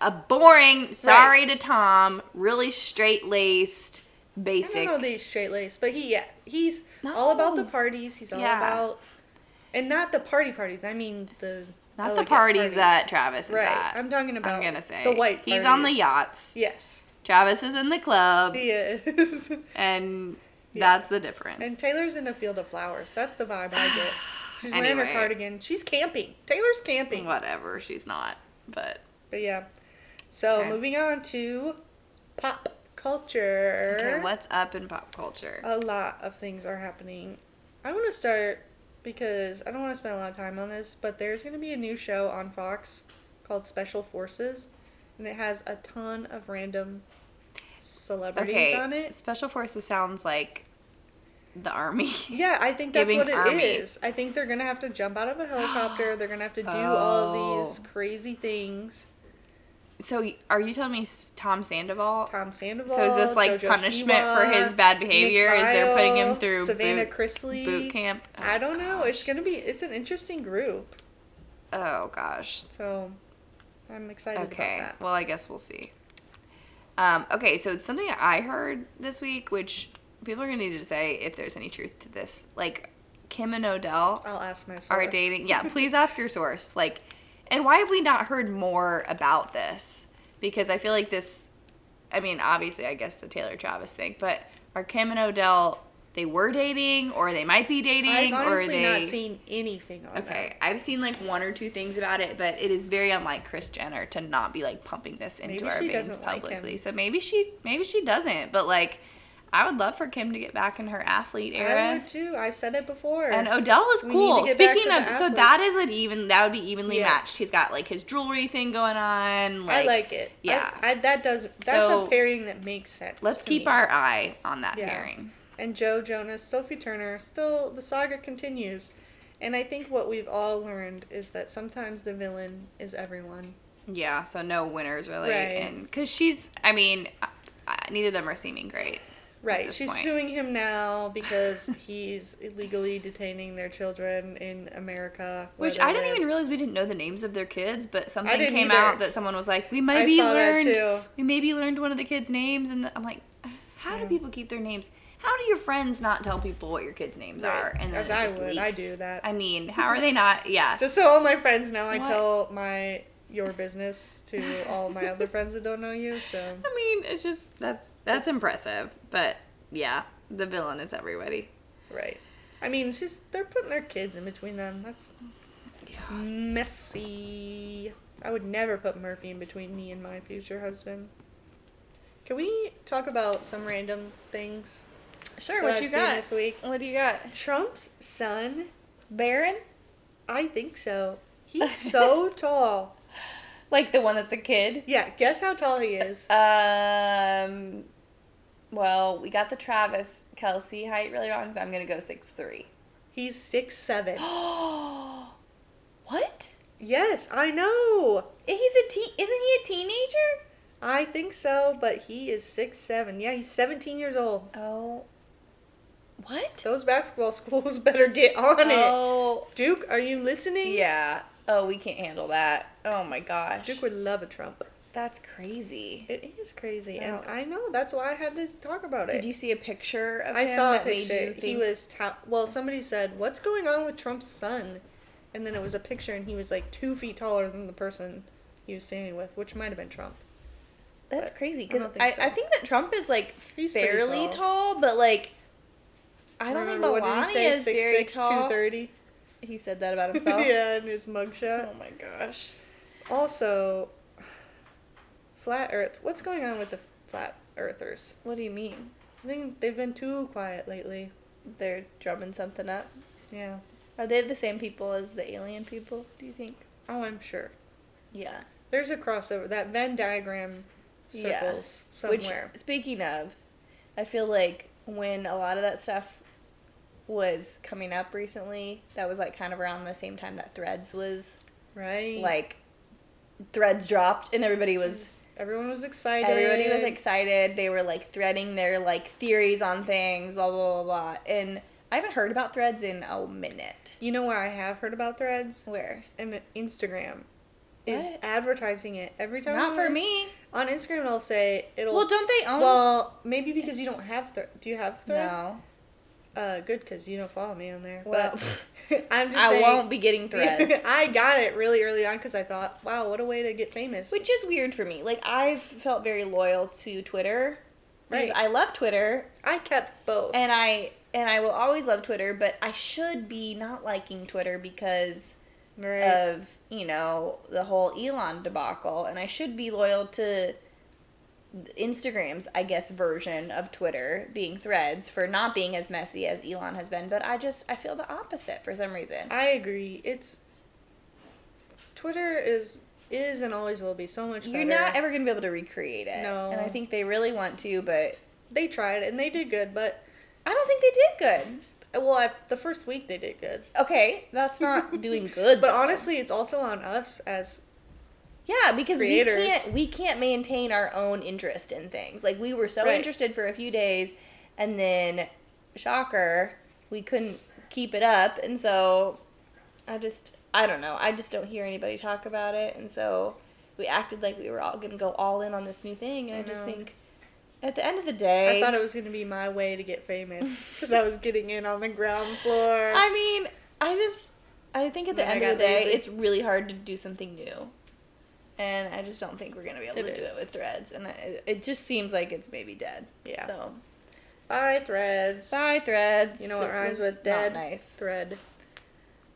Speaker 1: a boring. Sorry to Tom. Really straight laced,
Speaker 2: I
Speaker 1: basic.
Speaker 2: don't know these straight laced, but he yeah, he's all about the
Speaker 1: No.
Speaker 2: parties. He's all
Speaker 1: Yeah.
Speaker 2: about and not the party parties. I mean the
Speaker 1: Not the
Speaker 2: elegant
Speaker 1: parties, that Travis is
Speaker 2: Right.
Speaker 1: at.
Speaker 2: I'm talking about
Speaker 1: I'm gonna say
Speaker 2: the white.
Speaker 1: He's on the
Speaker 2: parties.
Speaker 1: yachts.
Speaker 2: Yes.
Speaker 1: Travis is in the club,
Speaker 2: He is.
Speaker 1: and
Speaker 2: Yeah.
Speaker 1: that's the difference.
Speaker 2: and Taylor's in a field of flowers. That's the vibe I get. She's wearing
Speaker 1: Anyway.
Speaker 2: her cardigan. She's camping. Taylor's camping.
Speaker 1: Whatever, she's not. But
Speaker 2: But yeah. So
Speaker 1: Okay.
Speaker 2: moving on to pop culture.
Speaker 1: okay, what's up in pop culture?
Speaker 2: A lot of things are happening. I want to start because I don't want to spend a lot of time on this, but there's going to be a new show on Fox called Special Forces, and it has a ton of random celebrities
Speaker 1: okay,
Speaker 2: on it.
Speaker 1: Special Forces sounds like the army.
Speaker 2: Yeah, I think that's
Speaker 1: Giving
Speaker 2: what it is.
Speaker 1: army.
Speaker 2: I think they're gonna have to jump out of a helicopter. They're gonna have to do all of these
Speaker 1: Oh.
Speaker 2: crazy things.
Speaker 1: so, y- are you telling me S- Tom Sandoval?
Speaker 2: Tom Sandoval.
Speaker 1: so is this like
Speaker 2: Jojo
Speaker 1: punishment for
Speaker 2: Siwa,
Speaker 1: his bad
Speaker 2: Nick
Speaker 1: behavior? Is they're putting him
Speaker 2: Viall,
Speaker 1: through
Speaker 2: Savannah
Speaker 1: boot,
Speaker 2: Chrisley
Speaker 1: boot camp? Oh,
Speaker 2: I don't know. It's
Speaker 1: gosh.
Speaker 2: gonna be. It's an interesting group.
Speaker 1: oh gosh,
Speaker 2: So I'm excited
Speaker 1: Okay.
Speaker 2: about that.
Speaker 1: Well, I guess we'll see. Um, okay, so it's something I heard this week, which people are gonna need to say if there's any truth to this. Like, Kim and Odell
Speaker 2: I'll ask my source.
Speaker 1: are dating. Yeah, please ask your source. Like, and why have we not heard more about this? Because I feel like this. I mean, obviously, I guess the Taylor Travis thing, but are Kim and Odell they were dating or they might be dating
Speaker 2: I've
Speaker 1: or are
Speaker 2: honestly
Speaker 1: they?
Speaker 2: not seen anything on
Speaker 1: okay, I've seen like one or two things about it, but it is very unlike Chris Jenner to not be like pumping this into
Speaker 2: Maybe
Speaker 1: our
Speaker 2: she
Speaker 1: veins
Speaker 2: doesn't like him.
Speaker 1: publicly. so maybe she maybe she doesn't, but like. I would love for Kim to get back in her athlete
Speaker 2: that.
Speaker 1: era.
Speaker 2: I would too. I've said it before.
Speaker 1: And oh, Odell is
Speaker 2: We need to
Speaker 1: cool.
Speaker 2: get back
Speaker 1: Speaking
Speaker 2: to
Speaker 1: of,
Speaker 2: the
Speaker 1: so
Speaker 2: athletes.
Speaker 1: that is an even. That would be evenly
Speaker 2: Yes.
Speaker 1: matched. He's got like his jewelry thing going on. Like,
Speaker 2: I like it. I-
Speaker 1: yeah.
Speaker 2: I, that does. That's
Speaker 1: So,
Speaker 2: a pairing that makes sense.
Speaker 1: Let's
Speaker 2: to
Speaker 1: keep
Speaker 2: me.
Speaker 1: our eye on that
Speaker 2: Yeah.
Speaker 1: pairing.
Speaker 2: and Joe Jonas, Sophie Turner. Still, the saga continues, and I think what we've all learned is that sometimes the villain is everyone.
Speaker 1: Yeah. So no winners really,
Speaker 2: Right.
Speaker 1: and because she's, I mean, uh, uh, neither of them are seeming great.
Speaker 2: Right.
Speaker 1: this
Speaker 2: She's
Speaker 1: point.
Speaker 2: suing him now because he's illegally detaining their children in America. where
Speaker 1: Which
Speaker 2: they
Speaker 1: I didn't
Speaker 2: live.
Speaker 1: even realize we didn't know the names of their kids, but something
Speaker 2: didn't
Speaker 1: came
Speaker 2: either.
Speaker 1: out that someone was like, "We
Speaker 2: I
Speaker 1: maybe
Speaker 2: saw
Speaker 1: learned,
Speaker 2: that too.
Speaker 1: we maybe learned one of the kids' names," and I'm like, "How do
Speaker 2: Yeah.
Speaker 1: people keep their names? How do your friends not tell people what your kids' names
Speaker 2: Right.
Speaker 1: are?" And then
Speaker 2: As
Speaker 1: it
Speaker 2: I
Speaker 1: just
Speaker 2: would.
Speaker 1: leaks.
Speaker 2: I do that.
Speaker 1: I mean, how are they not? Yeah.
Speaker 2: Just so all my friends know, I
Speaker 1: What?
Speaker 2: tell my your business to all my other friends that don't know you. So
Speaker 1: I mean, it's just that's that's impressive, but yeah, the villain is everybody.
Speaker 2: right. I mean, it's just they're putting their kids in between them. That's messy. I would never put Murphy in between me and my future husband. Can we talk about some random things
Speaker 1: Sure,
Speaker 2: that
Speaker 1: what
Speaker 2: I've
Speaker 1: you
Speaker 2: seen
Speaker 1: got?
Speaker 2: this week?
Speaker 1: What do you got?
Speaker 2: Trump's son,
Speaker 1: Baron?
Speaker 2: I think so. He's so tall.
Speaker 1: Like the one that's a kid?
Speaker 2: Yeah, guess how tall he is.
Speaker 1: Um well, we got the Travis Kelsey height really wrong, so I'm gonna go six three.
Speaker 2: He's six seven.
Speaker 1: what?
Speaker 2: Yes, I know.
Speaker 1: He's a teen isn't he a teenager?
Speaker 2: I think so, but he is six seven. Yeah, he's seventeen years old.
Speaker 1: Oh what?
Speaker 2: Those basketball schools better get on it.
Speaker 1: Oh
Speaker 2: Duke, are you listening?
Speaker 1: yeah. Oh, we can't handle that. Oh my gosh.
Speaker 2: Duke would love a Trump.
Speaker 1: That's crazy.
Speaker 2: It is crazy, and
Speaker 1: No.
Speaker 2: I know that's why I had to talk about it.
Speaker 1: Did you see a picture of
Speaker 2: I
Speaker 1: him
Speaker 2: saw a
Speaker 1: that made
Speaker 2: picture.
Speaker 1: you
Speaker 2: He
Speaker 1: think
Speaker 2: was ta- well. Somebody said, "What's going on with Trump's son?" And then it was a picture, and he was like two feet taller than the person he was standing with, which might have been Trump.
Speaker 1: that's
Speaker 2: I
Speaker 1: crazy? Because
Speaker 2: don't think
Speaker 1: I, I,
Speaker 2: so.
Speaker 1: think that Trump is like
Speaker 2: He's pretty
Speaker 1: fairly
Speaker 2: tall.
Speaker 1: tall. but like I don't
Speaker 2: Remember
Speaker 1: think
Speaker 2: what
Speaker 1: Melania
Speaker 2: did he say?
Speaker 1: is
Speaker 2: Six
Speaker 1: very
Speaker 2: six two
Speaker 1: tall.
Speaker 2: thirty.
Speaker 1: He said that about himself.
Speaker 2: Yeah, in his mugshot.
Speaker 1: Oh my gosh.
Speaker 2: Also, flat Earth. What's going on with the flat Earthers?
Speaker 1: What do you mean?
Speaker 2: I think they've been too quiet lately.
Speaker 1: They're drumming something up.
Speaker 2: Yeah.
Speaker 1: Are they the same people as the alien people? Do you think?
Speaker 2: Oh, I'm sure.
Speaker 1: Yeah.
Speaker 2: There's a crossover. That Venn diagram
Speaker 1: Yeah.
Speaker 2: circles somewhere.
Speaker 1: Which, speaking of, I feel like when a lot of that stuff was coming up recently, that was like kind of around the same time that Threads was
Speaker 2: right.
Speaker 1: like threads dropped and everybody was
Speaker 2: Everyone was excited.
Speaker 1: everybody was excited they were like threading their like theories on things blah blah blah blah and i haven't heard about threads in a minute
Speaker 2: You know where I have heard about threads?
Speaker 1: where
Speaker 2: And Instagram is
Speaker 1: What?
Speaker 2: advertising it every time.
Speaker 1: not
Speaker 2: I'm
Speaker 1: for
Speaker 2: on
Speaker 1: me
Speaker 2: On Instagram, it'll say it'll.
Speaker 1: well don't they own
Speaker 2: Well, maybe because you don't have thread. Do you have thread?
Speaker 1: no
Speaker 2: Uh, good, because you don't follow me on there.
Speaker 1: well
Speaker 2: but I'm just
Speaker 1: i
Speaker 2: saying,
Speaker 1: won't be getting threads
Speaker 2: I got it really early on because I thought, wow, what a way to get famous.
Speaker 1: which is weird for me like i've felt very loyal to twitter because
Speaker 2: Right.
Speaker 1: i love twitter
Speaker 2: I kept both.
Speaker 1: and i and i will always love twitter but i should be not liking twitter because
Speaker 2: right.
Speaker 1: of you know the whole Elon debacle, and I should be loyal to Instagram's I guess version of Twitter being Threads for not being as messy as Elon has been, but I just I feel the opposite for some reason.
Speaker 2: I agree. It's Twitter is is and always will be so much better.
Speaker 1: You're not ever gonna be able to recreate it,
Speaker 2: No.
Speaker 1: and I think they really want to, but
Speaker 2: they tried and they did good, but
Speaker 1: I don't think they did good.
Speaker 2: well, I, the first week they did good.
Speaker 1: Okay, that's not doing good.
Speaker 2: But
Speaker 1: though.
Speaker 2: honestly, it's also on us as
Speaker 1: Yeah, because
Speaker 2: creators.
Speaker 1: we can't we can't maintain our own interest in things. Like we were so
Speaker 2: Right.
Speaker 1: interested for a few days and then shocker, we couldn't keep it up and so I just I don't know. I just don't hear anybody talk about it and so we acted like we were all going to go all in on this new thing and I,
Speaker 2: I
Speaker 1: just
Speaker 2: know.
Speaker 1: think At the end of the day,
Speaker 2: I thought it was going to be my way to get famous because I was getting in on the ground floor.
Speaker 1: I mean, I just I think at the
Speaker 2: Then I
Speaker 1: end of the
Speaker 2: got
Speaker 1: day,
Speaker 2: lazy.
Speaker 1: it's really hard to do something new, and I just don't think we're gonna be able
Speaker 2: It
Speaker 1: to do
Speaker 2: is.
Speaker 1: it with threads, and I, it just seems like it's maybe dead.
Speaker 2: Yeah.
Speaker 1: So
Speaker 2: Bye, threads.
Speaker 1: bye threads.
Speaker 2: You know what
Speaker 1: It
Speaker 2: rhymes
Speaker 1: was
Speaker 2: with dead?
Speaker 1: Not nice.
Speaker 2: Thread.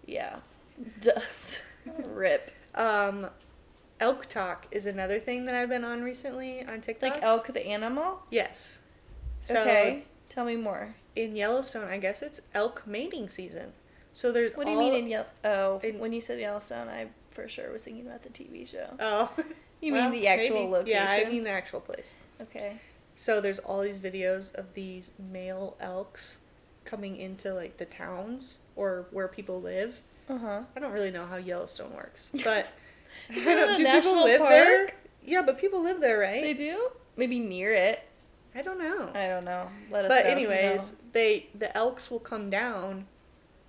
Speaker 1: Yeah. Just rip.
Speaker 2: Um, elk talk is another thing that I've been on recently on TikTok.
Speaker 1: Like elk the animal.
Speaker 2: Yes. So
Speaker 1: okay. Tell me more.
Speaker 2: in Yellowstone, I guess it's elk mating season. So there's
Speaker 1: What do you
Speaker 2: all-
Speaker 1: mean in Yellow? Oh,
Speaker 2: in-
Speaker 1: when you said Yellowstone, I for sure was thinking about the TV show.
Speaker 2: Oh.
Speaker 1: You
Speaker 2: Well,
Speaker 1: mean the actual
Speaker 2: maybe.
Speaker 1: location?
Speaker 2: Yeah, I mean the actual place.
Speaker 1: Okay.
Speaker 2: So there's all these videos of these male elks coming into like the towns or where people live.
Speaker 1: Uh huh.
Speaker 2: I don't really know how Yellowstone works, but I
Speaker 1: Isn't it
Speaker 2: don't-
Speaker 1: a
Speaker 2: do
Speaker 1: national
Speaker 2: people live there?
Speaker 1: park?
Speaker 2: Yeah, but people live there, right?
Speaker 1: They do? Maybe near it.
Speaker 2: I don't know.
Speaker 1: I don't know. Let us
Speaker 2: but
Speaker 1: know if you
Speaker 2: anyways,
Speaker 1: know.
Speaker 2: they the elks will come down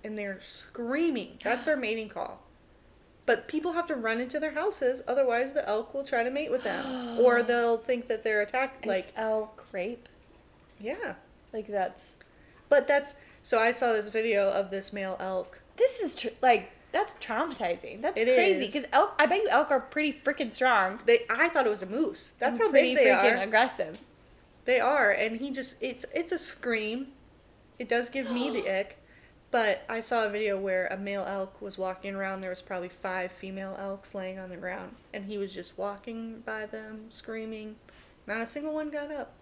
Speaker 2: and they're screaming. That's their mating call. But people have to run into their houses, otherwise the elk will try to mate with them. or they'll think that they're attacked
Speaker 1: like
Speaker 2: like
Speaker 1: elk rape.
Speaker 2: yeah.
Speaker 1: Like that's
Speaker 2: But that's so I saw this video of this male elk.
Speaker 1: this is tr- like that's traumatizing. That's
Speaker 2: It
Speaker 1: crazy
Speaker 2: is.
Speaker 1: because elk. I bet you elk are pretty freaking strong.
Speaker 2: They I thought it was a moose. That's
Speaker 1: and
Speaker 2: how big
Speaker 1: Mm, pretty
Speaker 2: they
Speaker 1: freaking
Speaker 2: are.
Speaker 1: aggressive.
Speaker 2: They are, and he just it's it's a scream. It does give me the ick. But I saw a video where a male elk was walking around. There was probably five female elks laying on the ground, and he was just walking by them, screaming. Not a single one got up.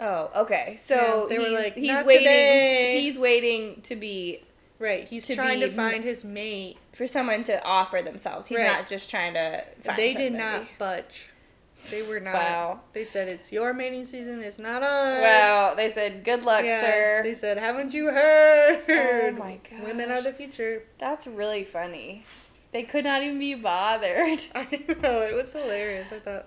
Speaker 1: Oh, okay. So
Speaker 2: Yeah, they were
Speaker 1: he's,
Speaker 2: like,
Speaker 1: he's
Speaker 2: "Not
Speaker 1: waiting.
Speaker 2: today."
Speaker 1: He's waiting to be
Speaker 2: Right, he's
Speaker 1: To
Speaker 2: trying to
Speaker 1: be-
Speaker 2: find his mate.
Speaker 1: for someone to offer themselves. He's
Speaker 2: Right.
Speaker 1: not just trying to. Find
Speaker 2: they did not
Speaker 1: somebody.
Speaker 2: budge. They were not.
Speaker 1: Wow.
Speaker 2: They said it's your mating season. It's not ours.
Speaker 1: Wow. They said, "Good luck,
Speaker 2: Yeah,
Speaker 1: sir."
Speaker 2: They said, "Haven't you heard?
Speaker 1: Oh my
Speaker 2: Women are
Speaker 1: gosh.
Speaker 2: the future."
Speaker 1: That's really funny. They could not even be bothered.
Speaker 2: I know it was hilarious. I thought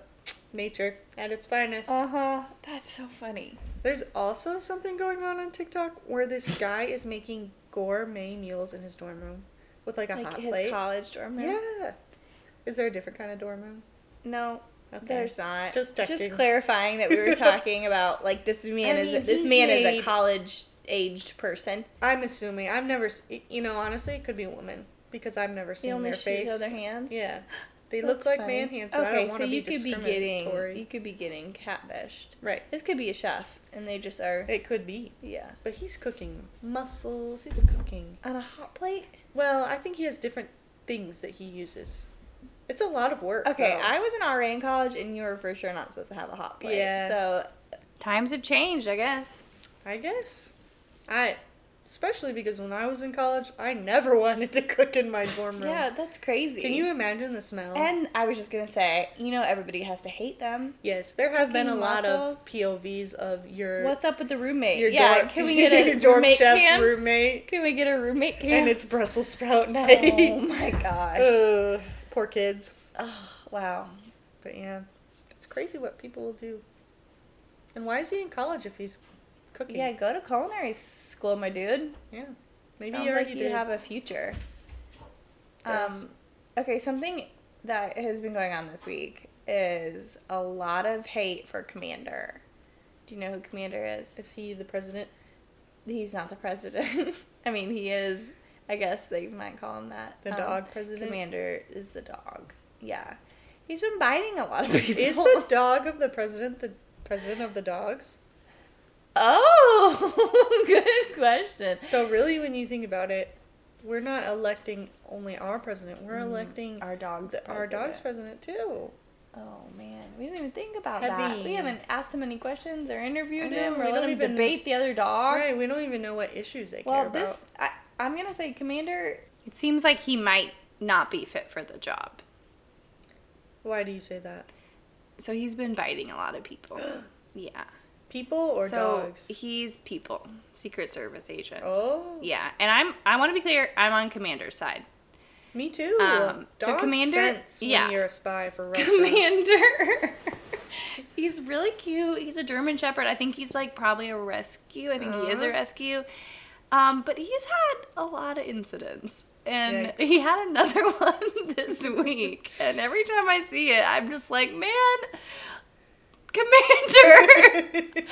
Speaker 2: nature at its finest.
Speaker 1: Uh huh. That's so funny.
Speaker 2: There's also something going on on TikTok where this guy is making gourmet meals in his dorm room with like a
Speaker 1: Like
Speaker 2: hot
Speaker 1: his
Speaker 2: plate.
Speaker 1: college dorm room.
Speaker 2: Yeah. Is there a different kind of dorm room?
Speaker 1: No,
Speaker 2: Okay.
Speaker 1: there's not.
Speaker 2: Just checking.
Speaker 1: clarifying that we were talking about like this man
Speaker 2: I
Speaker 1: is
Speaker 2: mean,
Speaker 1: this
Speaker 2: he's
Speaker 1: man is a
Speaker 2: made-
Speaker 1: college aged person.
Speaker 2: I'm assuming. I've never, s- you know, honestly, it could be a woman because I've never
Speaker 1: They
Speaker 2: seen
Speaker 1: only
Speaker 2: their
Speaker 1: shoot
Speaker 2: face.
Speaker 1: other hands.
Speaker 2: Yeah. They
Speaker 1: That's
Speaker 2: look like
Speaker 1: funny.
Speaker 2: man hands, but I don't want to
Speaker 1: so
Speaker 2: be
Speaker 1: you could be getting
Speaker 2: discriminatory.
Speaker 1: you could be getting catfished.
Speaker 2: Right.
Speaker 1: This could be a chef, and they just are.
Speaker 2: It could be.
Speaker 1: Yeah,
Speaker 2: But he's cooking mussels. He's cooking.
Speaker 1: on a hot plate.
Speaker 2: Well, I think he has different things that he uses. It's a lot of work.
Speaker 1: Okay,
Speaker 2: though.
Speaker 1: I was an RA in college, and you were for sure not supposed to have a hot plate.
Speaker 2: Yeah.
Speaker 1: So times have changed, I guess.
Speaker 2: I guess. I especially because when I was in college, I never wanted to cook in my dorm room.
Speaker 1: Yeah, that's crazy.
Speaker 2: Can you imagine the smell?
Speaker 1: And I was just gonna say, you know, everybody has to hate them.
Speaker 2: yes, there have been a
Speaker 1: Cooking
Speaker 2: lot
Speaker 1: mussels?
Speaker 2: of POVs of your
Speaker 1: What's up with the roommate?
Speaker 2: your
Speaker 1: yeah,
Speaker 2: dorm,
Speaker 1: can we get a
Speaker 2: your dorm
Speaker 1: roommate
Speaker 2: chef's
Speaker 1: cam?
Speaker 2: roommate
Speaker 1: Can we get a roommate cam?
Speaker 2: and it's Brussels sprout
Speaker 1: oh
Speaker 2: night.
Speaker 1: my gosh.
Speaker 2: Ugh, poor kids.
Speaker 1: oh, wow.
Speaker 2: But yeah, it's crazy what people will do. And why is he in college if he's cooking?
Speaker 1: Yeah, go to culinary school, my dude.
Speaker 2: Yeah. Maybe
Speaker 1: Sounds
Speaker 2: he already
Speaker 1: like you
Speaker 2: did.
Speaker 1: have a future.
Speaker 2: Yes.
Speaker 1: Um, okay, something that has been going on this week is a lot of hate for Commander. Do you know who Commander is?
Speaker 2: is he the president?
Speaker 1: He's not the president. I mean, he is. I guess they might call him that.
Speaker 2: The
Speaker 1: Um,
Speaker 2: dog president?
Speaker 1: Commander is the dog. Yeah. He's been biting a lot of people.
Speaker 2: Is the dog of the president the president of the dogs?
Speaker 1: Oh, good question.
Speaker 2: So really, when you think about it, we're not electing only our president. We're electing
Speaker 1: Mm. Our dog's
Speaker 2: the- our dog's
Speaker 1: president.
Speaker 2: president too.
Speaker 1: Oh man, we didn't even think about that. We
Speaker 2: Heavy.
Speaker 1: haven't asked him any questions or interviewed
Speaker 2: I
Speaker 1: him
Speaker 2: know,
Speaker 1: or
Speaker 2: we
Speaker 1: let
Speaker 2: don't
Speaker 1: him
Speaker 2: even-
Speaker 1: debate the other dogs.
Speaker 2: Right. We don't even know what issues they care
Speaker 1: well,
Speaker 2: about.
Speaker 1: this I, I'm gonna say Commander.
Speaker 3: It seems like he might not be fit for the job.
Speaker 2: Why do you say that?
Speaker 3: So he's been biting a lot of people. Yeah.
Speaker 2: People or
Speaker 3: so
Speaker 2: dogs?
Speaker 3: he's people, Secret Service agents.
Speaker 2: Oh.
Speaker 3: Yeah, and I'm I want to be clear, I'm on Commander's side.
Speaker 2: Me too.
Speaker 3: Um, so
Speaker 2: Dogs
Speaker 3: Commander-
Speaker 2: sense when
Speaker 3: yeah.
Speaker 2: you're a spy for Russia.
Speaker 3: Commander. he's really cute. He's a German Shepherd. I think he's like probably a rescue. I think he is a
Speaker 2: Uh-huh.
Speaker 3: rescue. Um, but he's had a lot of incidents. And
Speaker 2: Yikes.
Speaker 3: he had another one this week. and every time I see it, I'm just like, man,
Speaker 1: Commander,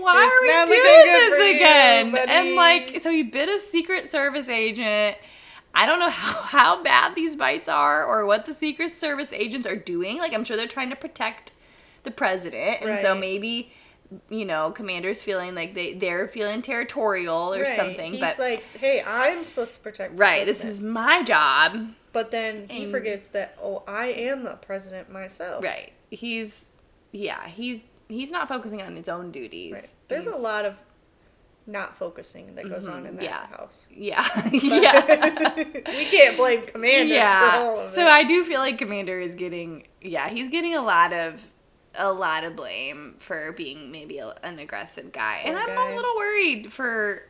Speaker 1: why
Speaker 2: It's
Speaker 1: are
Speaker 2: not
Speaker 1: we
Speaker 2: looking
Speaker 1: doing
Speaker 2: good for
Speaker 1: this
Speaker 2: you,
Speaker 1: again?
Speaker 2: buddy.
Speaker 1: and like, so he bit a Secret Service agent. I don't know how, how bad these bites are or what the Secret Service agents are doing. Like, I'm sure they're trying to protect the president. And so
Speaker 2: Right.
Speaker 1: maybe, you know, Commander's feeling like they, they're feeling territorial or
Speaker 2: Right.
Speaker 1: something.
Speaker 2: He's
Speaker 1: but,
Speaker 2: like, hey, I'm supposed to protect. the
Speaker 1: right, this
Speaker 2: president."
Speaker 1: is my job.
Speaker 2: But then he
Speaker 1: And-
Speaker 2: forgets that oh, I am the president myself.
Speaker 1: Right. He's yeah, he's he's not focusing on his own duties.
Speaker 2: Right. There's a
Speaker 1: He's-
Speaker 2: lot of not focusing that goes on
Speaker 1: Mhm,
Speaker 2: in that
Speaker 1: yeah.
Speaker 2: house.
Speaker 1: Yeah.
Speaker 2: But
Speaker 1: yeah.
Speaker 2: we can't blame Commander for all
Speaker 1: yeah.
Speaker 2: of
Speaker 1: So
Speaker 2: it.
Speaker 1: I do feel like Commander is getting yeah, he's getting a lot of a lot of blame for being maybe a, an aggressive guy. and
Speaker 2: Poor
Speaker 1: I'm
Speaker 2: guy.
Speaker 1: a little worried for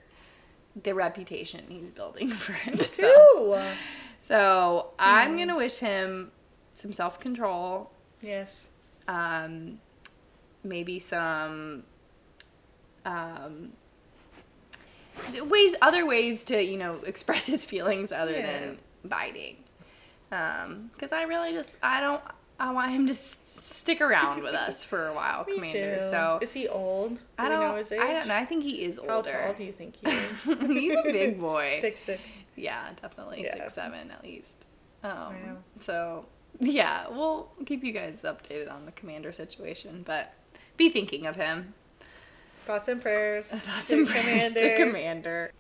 Speaker 1: the reputation he's building for himself.
Speaker 2: too. Hmm.
Speaker 1: So, I'm going to wish him some self-control
Speaker 2: Yes.
Speaker 1: um, maybe some um, ways, other ways to you know express his feelings other
Speaker 2: Yeah.
Speaker 1: than biting. Because I really just I don't I want him to s- stick around with us for a while,
Speaker 2: Me
Speaker 1: Commander.
Speaker 2: too.
Speaker 1: So
Speaker 2: is he old? Do
Speaker 1: I
Speaker 2: we
Speaker 1: don't
Speaker 2: know his age?
Speaker 1: I don't know. I think he is
Speaker 2: How
Speaker 1: older.
Speaker 2: tall do you think he is?
Speaker 1: He's a big boy.
Speaker 2: six six.
Speaker 1: Yeah, definitely
Speaker 2: Yeah.
Speaker 1: six seven at least. Um,
Speaker 2: Wow.
Speaker 1: So yeah, we'll keep you guys updated on the commander situation, but be thinking of him.
Speaker 2: Thoughts and prayers.
Speaker 1: Thoughts
Speaker 2: to
Speaker 1: and prayers
Speaker 2: Commander.
Speaker 1: to commander.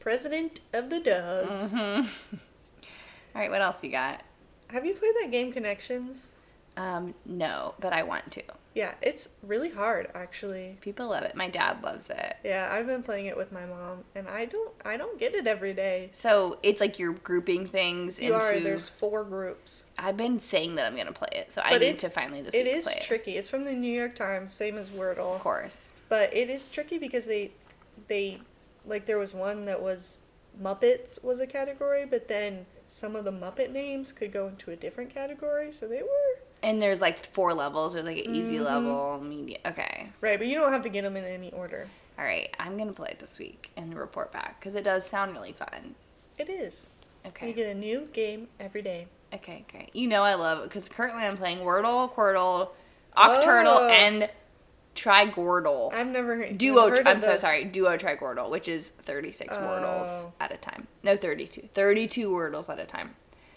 Speaker 2: President of the Doves.
Speaker 1: Mm-hmm. All right, what else you got?
Speaker 2: Have you played that game Connections?
Speaker 1: Um, no, but I want to.
Speaker 2: Yeah, it's really hard actually.
Speaker 1: People love it. My dad loves it.
Speaker 2: Yeah, I've been playing it with my mom, and I don't I don't get it every day.
Speaker 1: So it's like you're grouping things
Speaker 2: You
Speaker 1: into.
Speaker 2: are there's four groups,
Speaker 1: I've been saying that I'm gonna play it, so I
Speaker 2: But
Speaker 1: need
Speaker 2: it's-
Speaker 1: to finally this
Speaker 2: it
Speaker 1: week
Speaker 2: is
Speaker 1: play it.
Speaker 2: tricky. It's from the New York Times, same as
Speaker 1: Of
Speaker 2: Wordle,
Speaker 1: course.
Speaker 2: but it is tricky because they they like there was one that was Muppets was a category, but then some of the Muppet names could go into a different category, so they were
Speaker 1: And there's like four levels, or like an
Speaker 2: Mm-hmm.
Speaker 1: easy level, medium. Okay.
Speaker 2: right. But you don't have to get them in any order.
Speaker 1: All right, I'm gonna play it this week and report back because it does sound really fun.
Speaker 2: It is. You
Speaker 1: Okay.
Speaker 2: get a new game every day.
Speaker 1: Okay, great. You know I love it because currently I'm playing Wordle, Quirtle, Octurtle,
Speaker 2: Oh.
Speaker 1: and Trigordle.
Speaker 2: I've never heard
Speaker 1: Duo.
Speaker 2: Heard of
Speaker 1: I'm so
Speaker 2: those.
Speaker 1: sorry. Duo Trigordle, which is 36 Wordles
Speaker 2: Oh.
Speaker 1: at a time. No, 32. 32 Wordles at a time.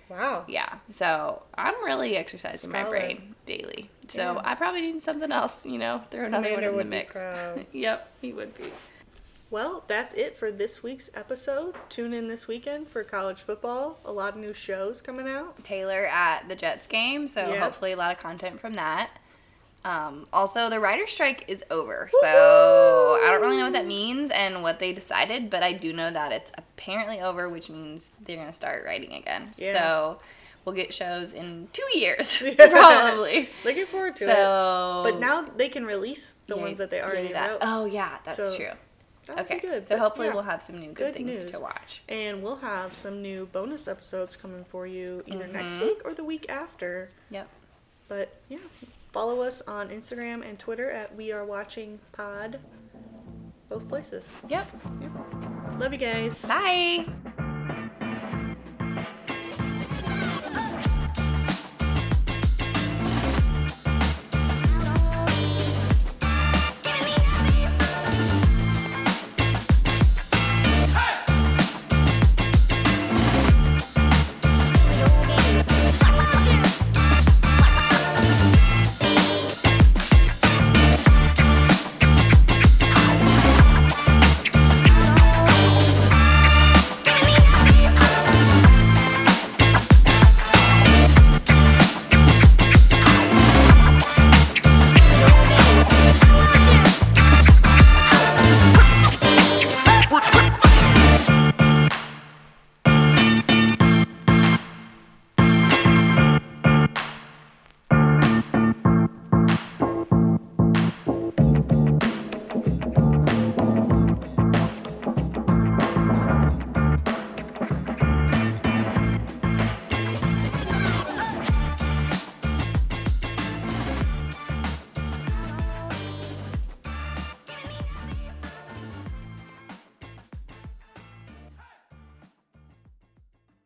Speaker 2: Wow.
Speaker 1: Yeah. So I'm really exercising my
Speaker 2: Scholar.
Speaker 1: brain daily. So
Speaker 2: Yeah.
Speaker 1: I probably need something else. You know, throw another
Speaker 2: Commander
Speaker 1: one in the
Speaker 2: would be
Speaker 1: mix.
Speaker 2: proud.
Speaker 1: yep, he would be.
Speaker 2: Well, that's it for this week's episode. Tune in this weekend for college football. A lot of new shows coming out.
Speaker 1: Taylor at the Jets game, so
Speaker 2: Yeah.
Speaker 1: hopefully a lot of content from that. Um, also, the writer strike is over, so
Speaker 2: Woohoo!
Speaker 1: I don't really know what that means and what they decided, but I do know that it's apparently over, which means they're gonna start writing again.
Speaker 2: Yeah.
Speaker 1: So we'll get shows in two years
Speaker 2: Yeah.
Speaker 1: probably.
Speaker 2: Looking forward to it.
Speaker 1: so,
Speaker 2: But now they can release the
Speaker 1: Yay-
Speaker 2: ones that they
Speaker 1: yay
Speaker 2: already
Speaker 1: that.
Speaker 2: wrote.
Speaker 1: Oh yeah, that's
Speaker 2: So,
Speaker 1: true.
Speaker 2: That'll be
Speaker 1: Okay,
Speaker 2: good,
Speaker 1: so
Speaker 2: but
Speaker 1: hopefully
Speaker 2: yeah.
Speaker 1: we'll have some new good,
Speaker 2: Good
Speaker 1: things to
Speaker 2: news.
Speaker 1: watch.
Speaker 2: And we'll have some new bonus episodes coming for you either next
Speaker 1: Mm-hmm.
Speaker 2: week or the week after.
Speaker 1: Yep.
Speaker 2: But yeah, follow us on Instagram and Twitter at We Are Watching Pod. Both places.
Speaker 1: Yep.
Speaker 2: Love you guys.
Speaker 1: Bye.